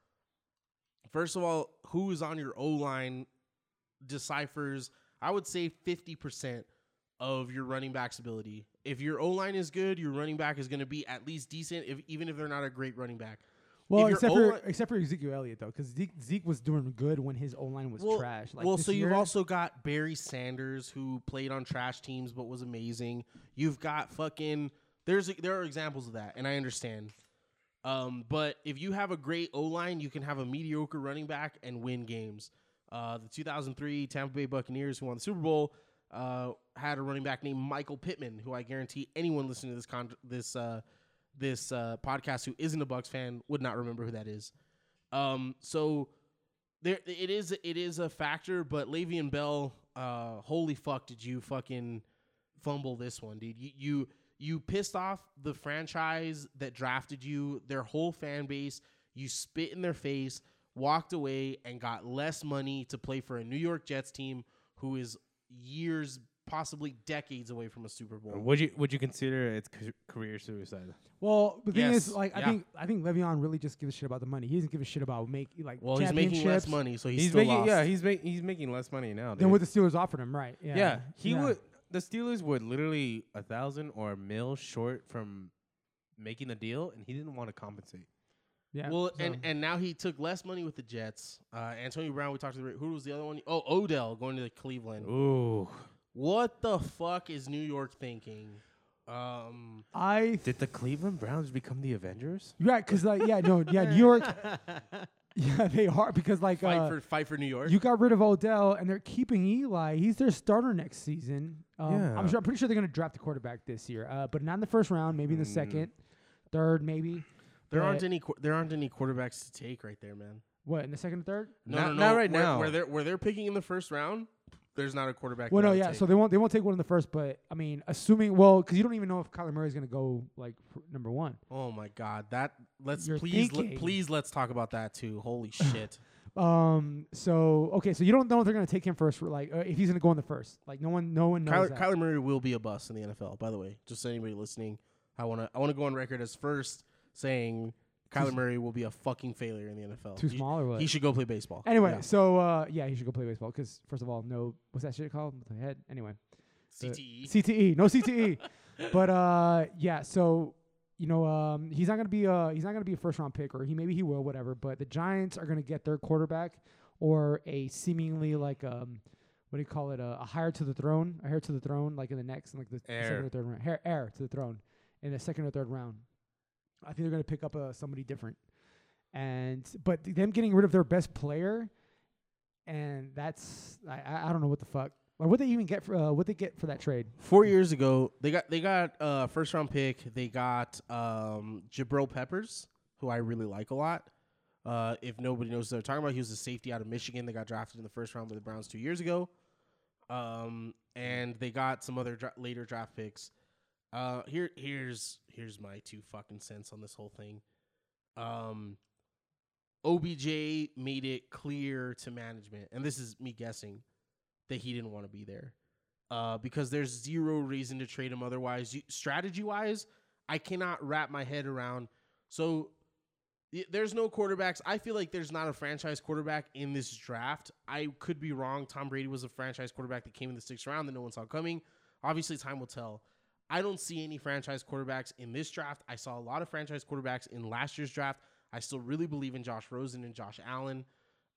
first of all, who is on your O line deciphers, I would say fifty percent of your running back's ability. If your O line is good, your running back is going to be at least decent, if even if they're not a great running back. well, your except for O-line except for Ezekiel Elliott though, because Zeke, Zeke was doing good when his O line was trash. Like well, this so you've year- also got Barry Sanders who played on trash teams but was amazing. You've got fucking there's there are examples of that, and I understand. Um, but if you have a great O line, you can have a mediocre running back and win games. Uh, the 2003 Tampa Bay Buccaneers, who won the Super Bowl, uh, had a running back named Michael Pittman, who I guarantee anyone listening to this con- this uh, this uh, podcast who isn't a Bucks fan would not remember who that is. Um, so there it is it is a factor, but Le'Veon Bell, uh, holy fuck, did you fucking fumble this one, dude? You you you pissed off the franchise that drafted you, their whole fan base. You spit in their face, walked away, and got less money to play for a New York Jets team who is years, possibly decades away from a Super Bowl. Would you would you consider it's c- career suicide? Well, the thing is, Yes. like, I Yeah. think I think Le'Veon really just gives a shit about the money. He doesn't give a shit about make like Well, he's making less championships money, so he's, He's, still making lost. yeah he's making he's making less money now. than dude. what the Steelers offered him, right? Yeah, yeah. he Yeah. would. The Steelers were literally a thousand or a mil short from making the deal, and he didn't want to compensate. Yeah. Well, and, so- and now he took less money with the Jets. Uh, Antonio Brown, we talked to the who was the other one? Oh, Odell going to the Cleveland. Ooh, What the fuck is New York thinking? Um, I th- did the Cleveland Browns become the Avengers? yeah, because like yeah, no, yeah, New York, yeah, they are because like fight uh, for fight for New York. you got rid of Odell and they're keeping Eli. He's their starter next season. Um, Yeah. I'm sure. I'm pretty sure they're gonna draft the quarterback this year, uh, but not in the first round. Maybe in the Mm. second, third, maybe. there but- aren't any qu- there aren't any quarterbacks to take right there, man. What in the second and third? Not- not right where, now. Where they're where they're picking in the first round, there's not a quarterback. Well, there no, to yeah. take. So they won't they won't take one in the first, but I mean, assuming well, because you don't even know if Kyler Murray is going to go like f- number one. oh my god, that let's You're please le- thinking. please let's talk about that too. Holy shit. Um. So okay, so you don't know if they're going to take him first. For, like uh, if he's going to go in the first. Like no one, no one knows. Kyler, that. Kyler Murray will be a bust in the NFL. By the way, just so anybody listening, I want to I want to go on record as first saying Kyler Murray will be a fucking failure in the NFL. Too He- small or He, what? should go play baseball. anyway, Yeah. so uh, yeah, he should go play baseball because first of all, no, what's that shit called? With my head. Anyway, the- CTE. CTE, E. no CTE. but uh, yeah, so you know, um, he's not going to be a he's not going to be a first round pick, or he maybe he will, whatever. But the Giants are going to get their quarterback or a seemingly like um. What do you call it? A, a hire to the throne, a heir to the throne, like in the next, like the Heir. second or third round, heir, heir to the throne, in the second or third round. I think they're going to pick up uh, somebody different, and but them getting rid of their best player, and that's I, I, I don't know what the fuck. Like, what they even get for uh, what they get for that trade? Four years ago, they got they got uh, first round pick. They got um, Jabril Peppers, who I really like a lot. Uh, if nobody knows what they're talking about, he was a safety out of Michigan. They got drafted in the first round by the Browns two years ago, um, and they got some other dra- later draft picks. Uh, here, here's here's my two fucking cents on this whole thing. Um, OBJ made it clear to management, and this is me guessing, that he didn't want to be there. Uh, because there's zero reason to trade him otherwise. You, strategy wise, I cannot wrap my head around. So y- there's no quarterbacks. I feel like there's not a franchise quarterback in this draft. I could be wrong. Tom Brady was a franchise quarterback that came in the sixth round that no one saw coming. Obviously, time will tell. I don't see any franchise quarterbacks in this draft. I saw a lot of franchise quarterbacks in last year's draft. I still really believe in Josh Rosen and Josh Allen.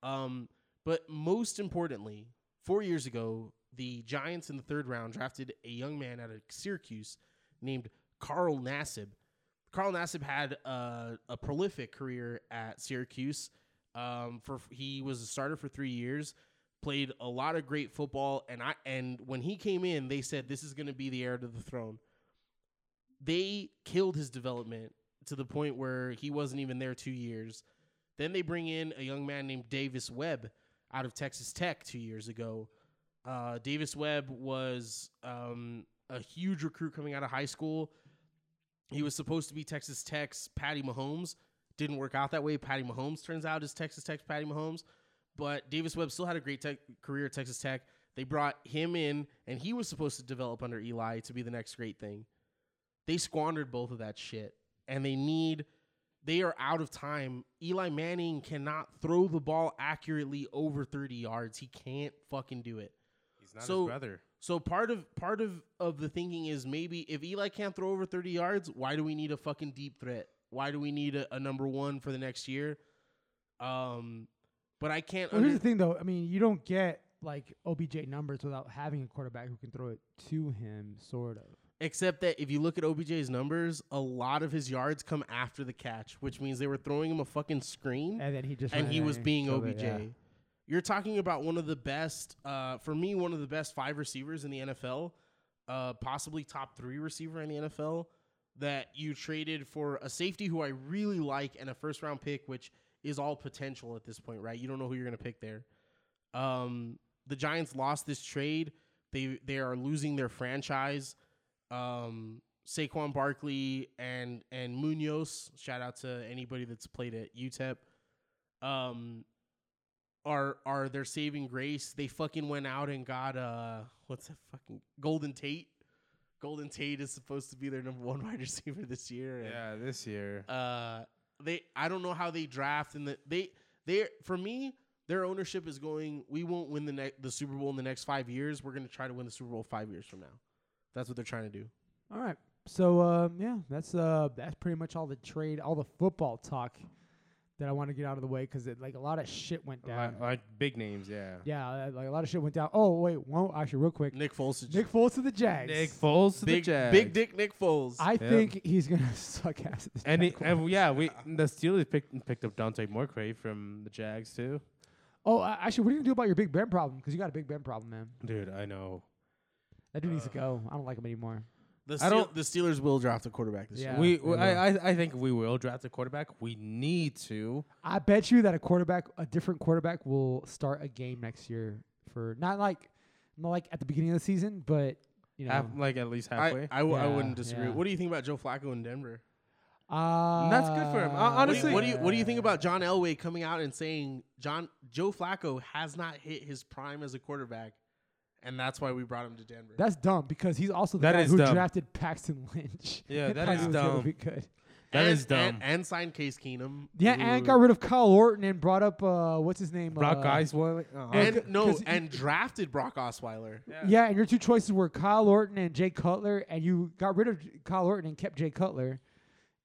Um, but most importantly, four years ago, the Giants in the third round drafted a young man out of Syracuse named Carl Nassib. Carl Nassib had a, a prolific career at Syracuse. Um, for he was a starter for three years, played a lot of great football, and I and when he came in, they said this is going to be the heir to the throne. They killed his development to the point where he wasn't even there two years. Then they bring in a young man named Davis Webb out of Texas Tech two years ago. Uh, Davis Webb was um, a huge recruit coming out of high school. He was supposed to be Texas Tech's Patty Mahomes. Didn't work out that way. Patty Mahomes turns out is Texas Tech's Patty Mahomes. But Davis Webb still had a great tech career at Texas Tech. They brought him in, and he was supposed to develop under Eli to be the next great thing. They squandered both of that shit, and they need they are out of time. Eli Manning cannot throw the ball accurately over 30 yards. He can't fucking do it. He's not So- his brother. So part of part of of the thinking is maybe if Eli can't throw over 30 yards, why do we need a fucking deep threat? Why do we need a, a number 1 for the next year? Um but I can't Well, here's under- the thing, though. I mean, you don't get like OBJ numbers without having a quarterback who can throw it to him, sort of. Except that if you look at OBJ's numbers, a lot of his yards come after the catch, which means they were throwing him a fucking screen And then he just Mm. and ran he out was and being killed it, OBJ. yeah. You're talking about one of the best, uh, for me, one of the best five receivers in the NFL, uh, possibly top three receiver in the NFL. That you traded for a safety who I really like and a first round pick, which is all potential at this point, right? You don't know who you're going to pick there. Um, the Giants lost this trade. They they are losing their franchise. Um, Saquon Barkley and and Munoz. Shout out to anybody that's played at UTEP. Um, are are their saving grace? They fucking went out and got uh what's that fucking Golden Tate. Golden Tate is supposed to be their number one wide receiver this year. and- Yeah, this year. uh, they I don't know how they draft and the, they they for me their ownership is going. We won't win the ne- the Super Bowl in the next five years. We're going to try to win the Super Bowl five years from now. That's what they're trying to do. All right. So um, yeah, that's uh, that's pretty much all the trade, all the football talk that I want to get out of the way because like a lot of shit went down. Like, like big names, yeah. yeah, uh, like a lot of shit went down. Oh wait, one actually real quick, Nick Foles, Nick Foles to the Jags. Nick Foles to big the Jags. big dick Nick Foles. I Yeah. think he's gonna suck ass. At the And, it, Jaguars. and yeah, we the Steelers picked picked up Dante Morcray from the Jags too. oh, uh, actually, what are you gonna do about your Big Ben problem? Because you got a Big Ben problem, man. Dude, I know. That dude needs to go. I don't like him anymore. the, I Steel, don't- the Steelers will draft a quarterback this Yeah. year. we, they we I, I I think we will draft a quarterback. We need to. I bet you that a quarterback, a different quarterback, will start a game next year for not like, not like at the beginning of the season, but you know, Half, like at least halfway. I, I, w- I Yeah, wouldn't disagree. yeah. What do you think about Joe Flacco in Denver? uh, That's good for him. Uh, What do you- Honestly- what do you what do you think about John Elway coming out and saying John Joe Flacco has not hit his prime as a quarterback, and that's why we brought him to Denver? That's dumb because he's also the That guy is who dumb. drafted Paxton Lynch. Yeah, And that thought he is was gonna dumb. Be good. That and, is dumb. And, and signed Case Keenum. Yeah, who- and got rid of Kyle Orton and brought up uh, what's his name? Brock uh, Osweiler. and- and no, 'cause- and drafted Brock Osweiler. Yeah, and your two choices were Kyle Orton and Jay Cutler, and you got rid of J- Kyle Orton and kept Jay Cutler,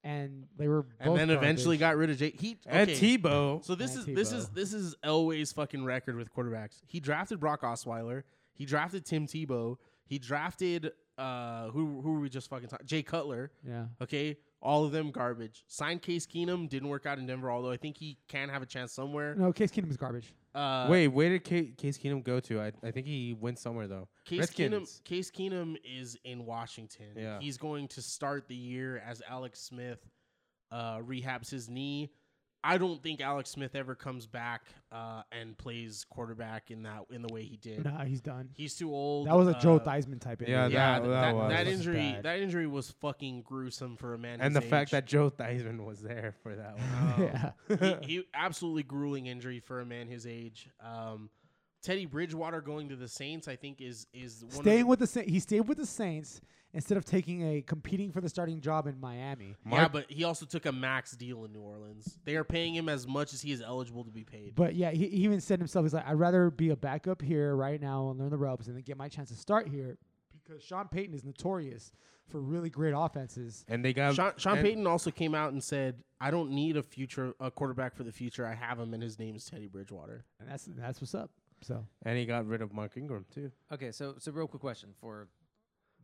and they were And both then eventually garbage. got rid of Jake. He and okay. Tebow. So this And is this is Tebow. this is Elway's fucking record with quarterbacks. He drafted Brock Osweiler. He drafted Tim Tebow. He drafted uh who who were we just fucking talking? Jay Cutler. yeah. Okay, all of them garbage. Signed Case Keenum didn't work out in Denver, although I think he can have a chance somewhere. No, Case Kingdom is garbage. Uh, Wait, where did Ca- Case Keenum go to? I, I think he went somewhere though. Case Redskins. Keenum. Case Keenum is in Washington. Yeah. he's going to start the year as Alex Smith uh, rehabs his knee. I don't think Alex Smith ever comes back uh, and plays quarterback in that in the way he did. Nah, he's done. He's too old. That was a Joe uh, Theismann type. Yeah, injury. that- yeah, th- that that, was- that, That was injury bad. that injury was fucking gruesome for a man. and the his fact age. Um, that Joe Theismann was there for that uh, one. yeah. he, he absolutely grueling injury for a man his age. Um, Teddy Bridgewater going to the Saints, I think, is is one of Staying the- with the Sa- he stayed with the Saints instead of taking a competing for the starting job in Miami. yeah, but he also took a max deal in New Orleans. They are paying him as much as he is eligible to be paid. But yeah, he, he even said himself, he's like, I'd rather be a backup here right now and learn the ropes and then get my chance to start here because Sean Payton is notorious for really great offenses. and they got Sean, Sean and- Payton also came out and said, "I don't need a future a quarterback for the future. I have him, and his name is Teddy Bridgewater." And that's that's what's up. So and he got rid of Mark Ingram too. Okay, so so real quick question for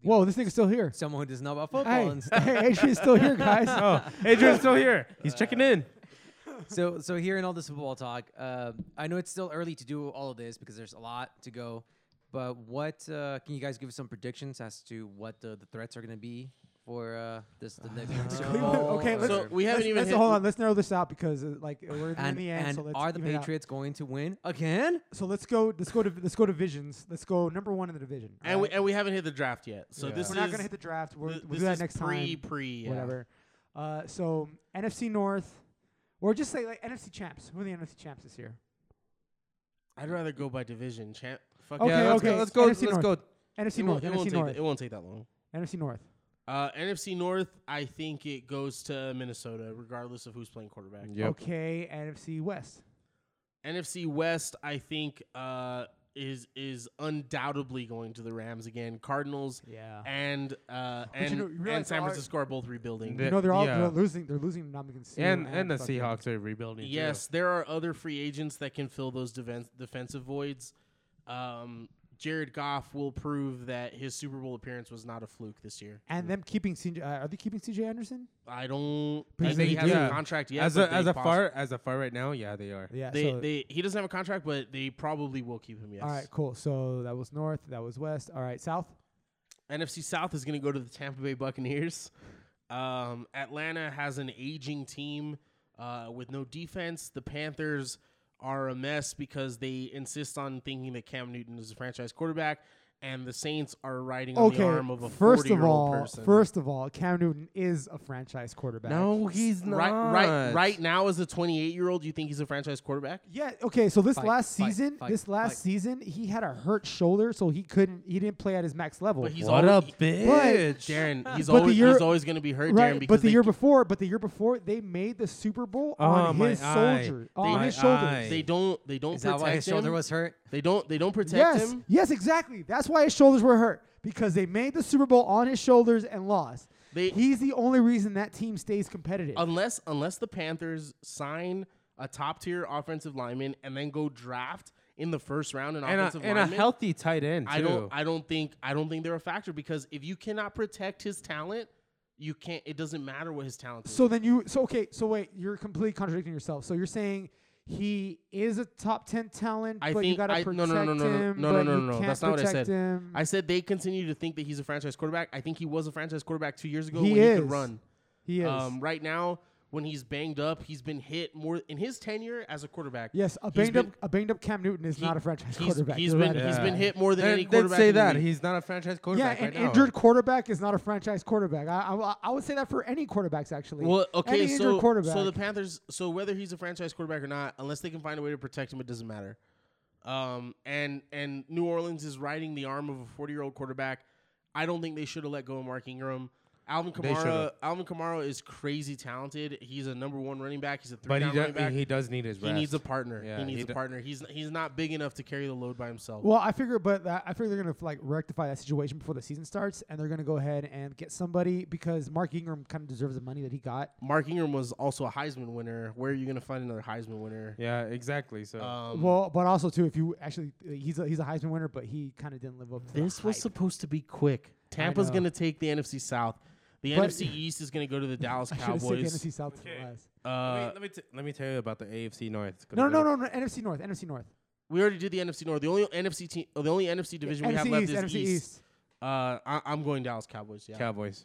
Whoa, this nigga's still here. someone who doesn't know about football Hey, and stuff. hey, Adrian's still here, guys. Oh, Adrian's still here. He's checking in. so so hearing all this football talk, uh, I know it's still early to do all of this because there's a lot to go. But what uh, can you guys give us some predictions as to what the, the threats are going to be for uh, this the next Super Cleveland- Bowl? okay, let's- or- So we haven't Let's, even let's hit- hold on. Let's narrow this out because uh, like we're in and, the end. and so let's are the even it out. Patriots going to win again? So let's go. Let's go to let's go divisions. Let's go number one in the division. And we alright? and we haven't hit the draft yet. So Yeah. this we're is not gonna hit the draft. We're, th- we'll this do that is next pre time. pre yeah. Whatever. Uh, so NFC North, or just say like NFC champs. Who are the NFC champs this year? I'd rather go by division. Champ. Fuck Okay, yeah, it. let's okay. Go, let's go. NFC let's North. go. NFC It won't, North. it, won't NFC take, North. it won't take that long. NFC North. Uh, NFC North, I think it goes to Minnesota, regardless of who's playing quarterback. Okay. NFC West. NFC West, I think uh, is is undoubtedly going to the Rams again. Cardinals Yeah. and uh, you and, know- you realize and San there are- Francisco are both rebuilding. The- You know they're all yeah. they're losing. They're losing Dominican Sue And and the fucking- Seahawks are rebuilding. too. yes, there are other free agents that can fill those defen- defensive voids. Um, Jared Goff will prove that his Super Bowl appearance was not a fluke this year. And them keeping CJ. Uh, are they keeping CJ Anderson? I don't But I they think he do. has Yeah. a contract yet. as but a they as a possi- far as a far right now, yeah, they are. Yeah. they, so they he doesn't have a contract, but they probably will keep him. Yes. All right. Cool. So that was North. That was West. All right. South. NFC South is going to go to the Tampa Bay Buccaneers. Um, Atlanta has an aging team uh, with no defense. The Panthers are a mess because they insist on thinking that Cam Newton is a franchise quarterback, and the Saints are riding on the arm of a first of forty-year-old all, person. first of all, Cam Newton is a franchise quarterback. No, he's not. right, right, right now, as a twenty-eight-year-old, you think he's a franchise quarterback? Yeah. Okay. So this Fight, last fight, season, fight, this last fight. season, he had a hurt shoulder, so he couldn't. He didn't play at his max level. But he's what always, a bitch. Darren. He's But the always year- he's always going to be hurt, Darren. right. Because But the they year before, but the year before, they made the Super Bowl Oh, on my his eye. soldier, They- on my his shoulder. eye. they don't they don't Is protect that why his him. shoulder was hurt? They don't. They don't protect Yes. him. Yes. Exactly. That's why his shoulders were hurt because they made the Super Bowl on his shoulders and lost. They He's the only reason that team stays competitive. unless unless the Panthers sign a top tier offensive lineman and then go draft in the first round an And a, offensive and a lineman. healthy tight end too. I don't. I don't think. I don't think they're a factor because if you cannot protect his talent, you can't. It doesn't matter what his talent is. So then you so okay, so wait, you're completely contradicting yourself. So you're saying he is a top ten talent, I but you think gotta I- protect no, no, no, no, no, him. no, no, but no, you no, no. can't That's not what I protect said. Him. I said they continue to think that he's a franchise quarterback. I think he was a franchise quarterback two years ago He when he is. could run. he is. Um, right now, when he's banged up, he's been hit more in his tenure as a quarterback. yes, a he's banged been- up a banged up Cam Newton is He- not a franchise he's- quarterback. He's You're been right he's about been that. hit more than They- any they'd quarterback. say in the that league. he's not a franchise Yeah, quarterback. an right now. injured quarterback is not a franchise quarterback. I, I I would say that for any quarterbacks actually. Well, okay, any so injured quarterback. so the Panthers, so whether he's a franchise quarterback or not, unless they can find a way to protect him, it doesn't matter. Um, and and New Orleans is riding the arm of a forty-year-old quarterback. I don't think they should have let go of Mark Ingram. Alvin They Kamara, should've. Alvin Kamara is crazy talented. He's a number one running back. He's a but he three-down running does, back. he does need his He rest. needs a partner. Yeah, he he needs do- a partner. He's he's not big enough to carry the load by himself. Well, I figure, but that, I figure they're gonna like rectify that situation before the season starts, and they're gonna go ahead and get somebody because Mark Ingram kind of deserves the money that he got. Mark Ingram was also a Heisman winner. Where are you going to find another Heisman winner? yeah, exactly. So Um, Well, but also too, if you actually, he's a, he's a Heisman winner, but he kind of didn't live up to This the was hype. supposed to be quick. Tampa's know. going to take the NFC South. The But- NFC East is going to go to the Dallas I should have said the Cowboys. NFC South. Okay. Last. Uh, let me let me, t- let me tell you about the AFC North. It's No, gonna no, go- no, no, NFC North, NFC North, we already did the NFC North. The only NFC team, oh, the only NFC division we NFC have left East, is NFC East. Uh, I, I'm going Dallas Cowboys. Yeah. Cowboys.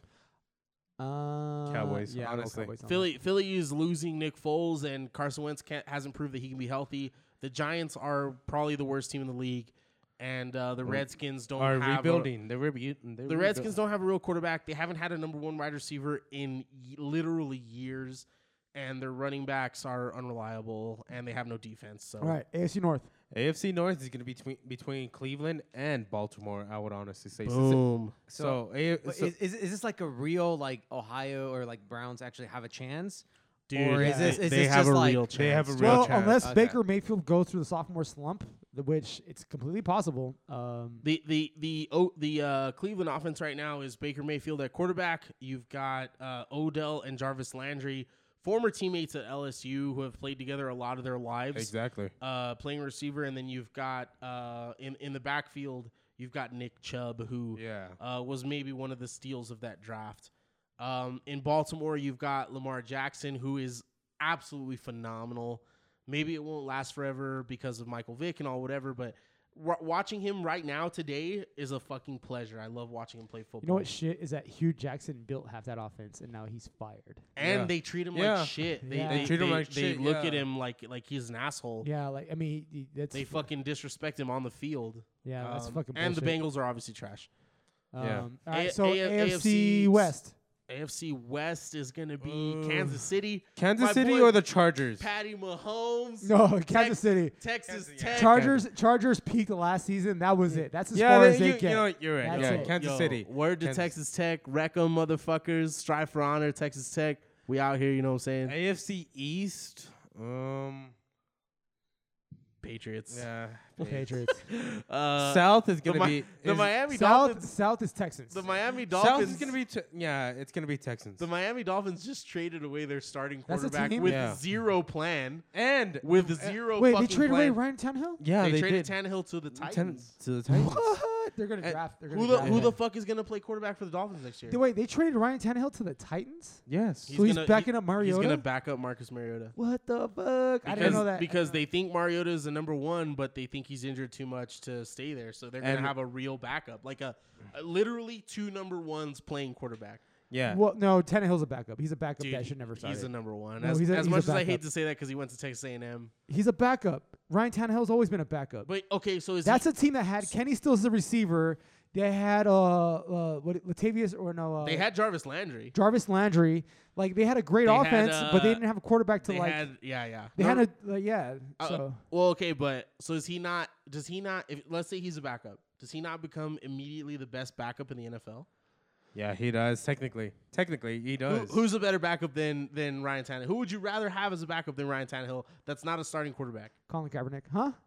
Uh, Cowboys, Yeah, I'll go honestly. Cowboys on that. Philly Philly is losing Nick Foles and Carson Wentz can't, hasn't proved that he can be healthy. The Giants are probably the worst team in the league, and uh, the Redskins don't Are have a- rebuilding. They're rebuilding. the Redskins don't have a real quarterback. They haven't had a number one wide receiver in y- literally years, and their running backs are unreliable, and they have no defense. So All right, AFC North. AFC North is going to be between, between Cleveland and Baltimore. I would honestly say. Since it- boom. So, A- But so- is, is is this like a real like Ohio or like Browns actually have a chance? Dude, Or is they- this- is they this have just a like- real chance. They have a dude. Real well, chance. unless Okay. Baker Mayfield goes through the sophomore slump, th- which it's completely possible. Um, The the the o, the uh, Cleveland offense right now is Baker Mayfield at quarterback. You've got uh, Odell and Jarvis Landry, former teammates at LSU who have played together a lot of their lives, exactly. uh, playing receiver, and then you've got uh, in in the backfield you've got Nick Chubb who Yeah. uh, was maybe one of the steals of that draft. Um, in Baltimore, you've got Lamar Jackson who is absolutely phenomenal. Maybe it won't last forever because of Michael Vick and all whatever, but wa watching him right now today is a fucking pleasure. I love watching him play football. you know what shit is that Hugh Jackson built half that offense, and now he's fired. and Yeah. they treat him Yeah. like shit. They, Yeah. they, They treat him they- like they shit, look at yeah. him like like he's an asshole. Yeah, like I mean, he- he- that's They fu- fucking disrespect him on the field. yeah, that's Um, fucking and the bullshit. Bengals are obviously trash. Yeah. Um, all right, A- so A- AFC, AFC West. AFC West is gonna be Ooh. Kansas City, Kansas my City boy- or the Chargers? Patty Mahomes, No, Kansas City. Texas Kansas- Tech. Chargers. Chargers peaked last season. That was it. That's as yeah, far they- as they you, get. you know what, you're right. That's yeah, it. Kansas Yo, City. Word to Kansas- Texas Tech, wreck 'em, motherfuckers. Strive for honor, Texas Tech. We out here, you know what I'm saying? AFC East. Um. Patriots. Yeah. The Patriots. Uh, South is going the, to Mi- be the is- Miami South. Dolphins. South is Texans. The Miami South Dolphins is going to be. Te- yeah, it's going to be Texans. The Miami Dolphins just traded away their starting That's a quarterback team? eh, with Yeah. zero plan. and With the- zero Wait, they fucking traded away plan. Ryan Tannehill. Yeah, they, they, traded did. Tannehill to the Ten- Titans. to the Titans. What? They're gonna And draft. They're gonna Who the draft who the him. fuck is gonna play quarterback for the Dolphins next year? Dude, Wait, they traded Ryan Tannehill to the Titans. Yes. so he's gonna- backing up He's Mariota? gonna back up Marcus Mariota. What the fuck? I didn't know that. because they think Mariota is the number one, but they think he's injured too much to stay there. So they're gonna And- have a real backup, like a, a literally two number ones playing quarterback. Yeah. well, no, Tannehill's a backup. He's a backup Dude, that should never start. he's the number one. No, as he's a- as he's a much as I hate backup. to say that because he went to Texas A and M, He's a backup. Ryan Tannehill's always been a backup. but okay, so is That's he, a team that had Kenny Stills as a receiver. They had uh, uh what Latavius or no uh, they had Jarvis Landry. Jarvis Landry. Like they had a great They had, offense, but they uh, didn't have a quarterback to They like. had yeah yeah. they No, had a like, yeah. Uh, so Well, okay, but so is he not? Does he not? If let's say he's a backup, does he not become immediately the best backup in the NFL? Yeah, he does. Technically, technically, he Who, does. who's a better backup than than Ryan Tannehill? Who would you rather have as a backup than Ryan Tannehill? That's not a starting quarterback. Colin Kaepernick, huh?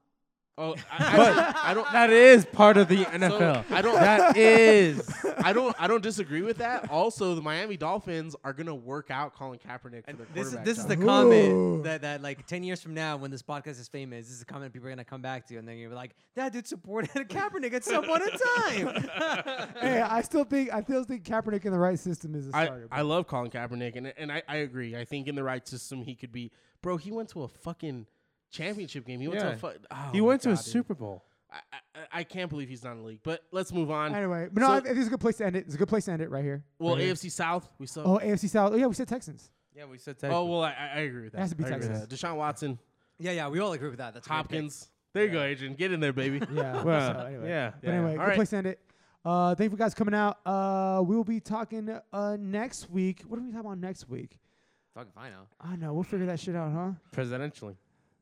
Oh, I, I, I don't. that is part of the NFL. I don't- Oh That is. I don't. I don't disagree with that. Also, the Miami Dolphins are gonna work out Colin Kaepernick for And their this is quarterback this is the job. job. Ooh. comment that, that like ten years from now when this podcast is famous, this is the comment people are gonna come back to, and then you're like, that dude supported Kaepernick at some point in time. hey, I still think I still think Kaepernick in the right system is a I, starter. I love Colin Kaepernick, and and I, I agree. I think in the right system he could be. Bro, he went to a fucking championship game. He went to a Yeah. fu- oh he my went to a God, dude. Super Bowl. I, I, I can't believe he's not in the league. But let's move on. anyway, but no, So- I think it's a good place to end it. It's a good place to end it right here. Well, right here. AFC South, we saw. Oh, AFC South. Oh yeah, we said Texans. Yeah, we said Oh, well, I, I I agree with that. It has to be I agree with Texas. that. Deshaun Watson, yeah, yeah, we all agree with that. That's a great pick. Hopkins. There you go, Adrian. Get in there, baby. Yeah. Well, so anyway. yeah. But anyway, good right. place to end it. Uh, thank you guys coming out. Uh, we will be talking uh next week. What are we talking about next week? Fucking fine now. I know. We'll figure that shit out, huh? presidentially.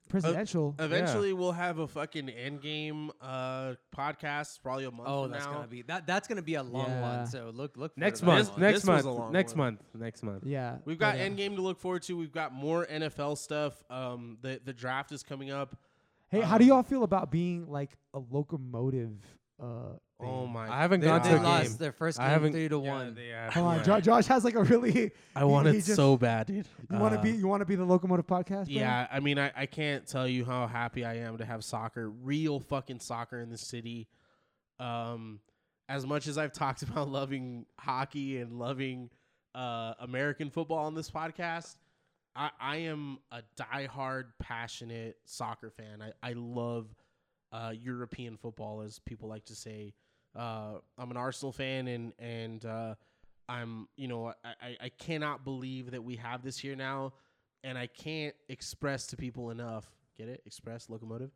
Presidential. Uh, Eventually, we'll have a fucking endgame uh, podcast, probably a month. Oh, from that's now. gonna be that. That's gonna be a long Yeah. one. So look, look for Next that month. one. this Next was a month. long Next one. month. Next month. yeah. We've got but, uh, Endgame to look forward to. We've got more NFL stuff. Um, the the draft is coming up. Hey, how do Um, y'all feel about being like a locomotive? Uh, Oh my! I haven't they- gone They to a game. lost their first I game haven't- three to Yeah, one. they have- Come on, yeah. Jo- Josh has like a really. I want he it just- so bad, dude. You want to Uh, be? You want to be the locomotive podcast? bro? Yeah, I mean, I, I can't tell you how happy I am to have soccer, real fucking soccer in the city. Um, as much as I've talked about loving hockey and loving uh, American football on this podcast, I, I am a diehard, passionate soccer fan. I, I love uh, European football, as people like to say. Uh, I'm an Arsenal fan, and and uh, I'm, you know, I, I, I cannot believe that we have this here now, and I can't express to people enough. Get it? Express locomotive.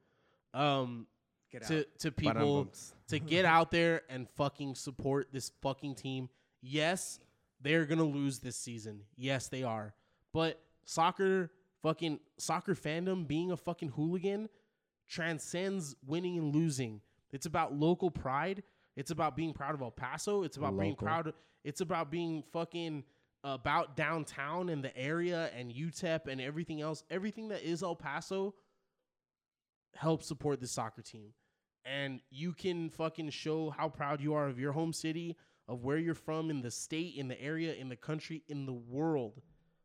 Um, Get to out. to people to get out there and fucking support this fucking team. Yes, they're gonna lose this season. Yes, they are. But soccer, fucking soccer fandom, being a fucking hooligan, transcends winning and losing. It's about local pride. It's about being proud of El Paso. It's about being Local. proud. It's about being fucking about downtown and the area and UTEP and everything else. Everything that is El Paso help support the soccer team. And you can fucking show how proud you are of your home city, of where you're from in the state, in the area, in the country, in the world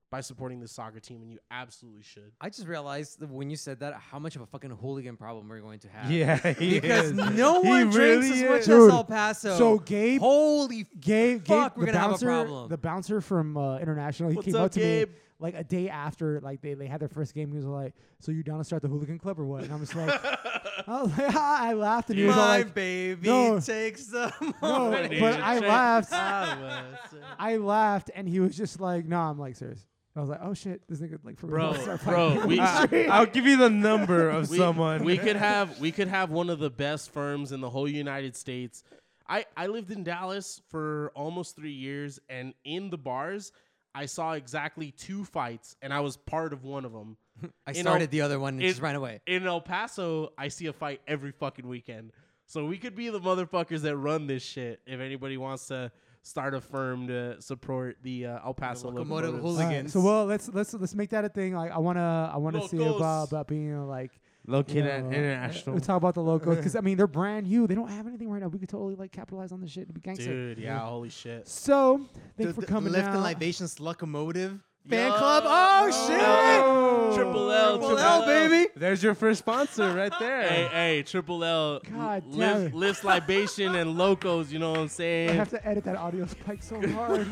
by supporting the soccer team. And you absolutely should. I just realized that when you said that, how much of a fucking hooligan problem we're going to have. Yeah, he Because is. no He one drinks really as much is. Dude, as El Paso. so Gabe- holy f- Gabe, Fuck, Gabe we're the gonna have a bouncer, problem. the bouncer from uh, international, he What's came up, up to Gabe? me like a day after, like they, they had their first game. He was like, "So you down to start the hooligan club or what?" And I'm just like, I, was like I laughed, and he was all my like, baby no. takes the "No," money. but I laughed. laughed. I laughed, and he was just like, "No, I'm like serious." I was like, "Oh shit, this nigga like for Bro, real start bro, fighting." we- Straight I'll up. give you the number of We- someone. We could have we could have one of the best firms in the whole United States. I, I lived in Dallas for almost three years, and in the bars, I saw exactly two fights, and I was part of one of them. I You know, started the other one and it- just ran away. in El Paso, I see a fight every fucking weekend. So we could be the motherfuckers that run this shit. If anybody wants to start a firm to support the uh, El Paso locomotive All locomotives. right, hooligans. so well, let's let's let's make that a thing. Like I wanna I wanna see Locos. about about being uh, like located you at know, international. We talk about the locos because I mean they're brand new. They don't have anything right now. We could totally like capitalize on this shit to be gangster. Dude, yeah, holy shit. So thanks for coming Left and out. Libations Locomotive Fan Yo. Club. Oh, Oh. shit! Triple L, Triple Triple L, L. baby. There's your first sponsor right there. Hey, hey, Triple L God damn lift, it. lifts libation and locos, you know what I'm I saying? have to edit that audio spike so hard.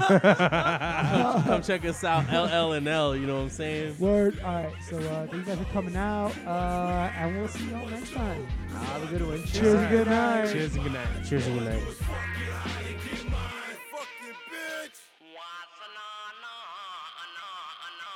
Come check us out, LL and L, you know what I'm saying? Word. All right. So uh, thank you guys for coming out, uh, and we'll see y'all next time. Have a good one. Cheers and good night. Cheers and good night. Cheers and good night. Fucking bitch. What's na na na na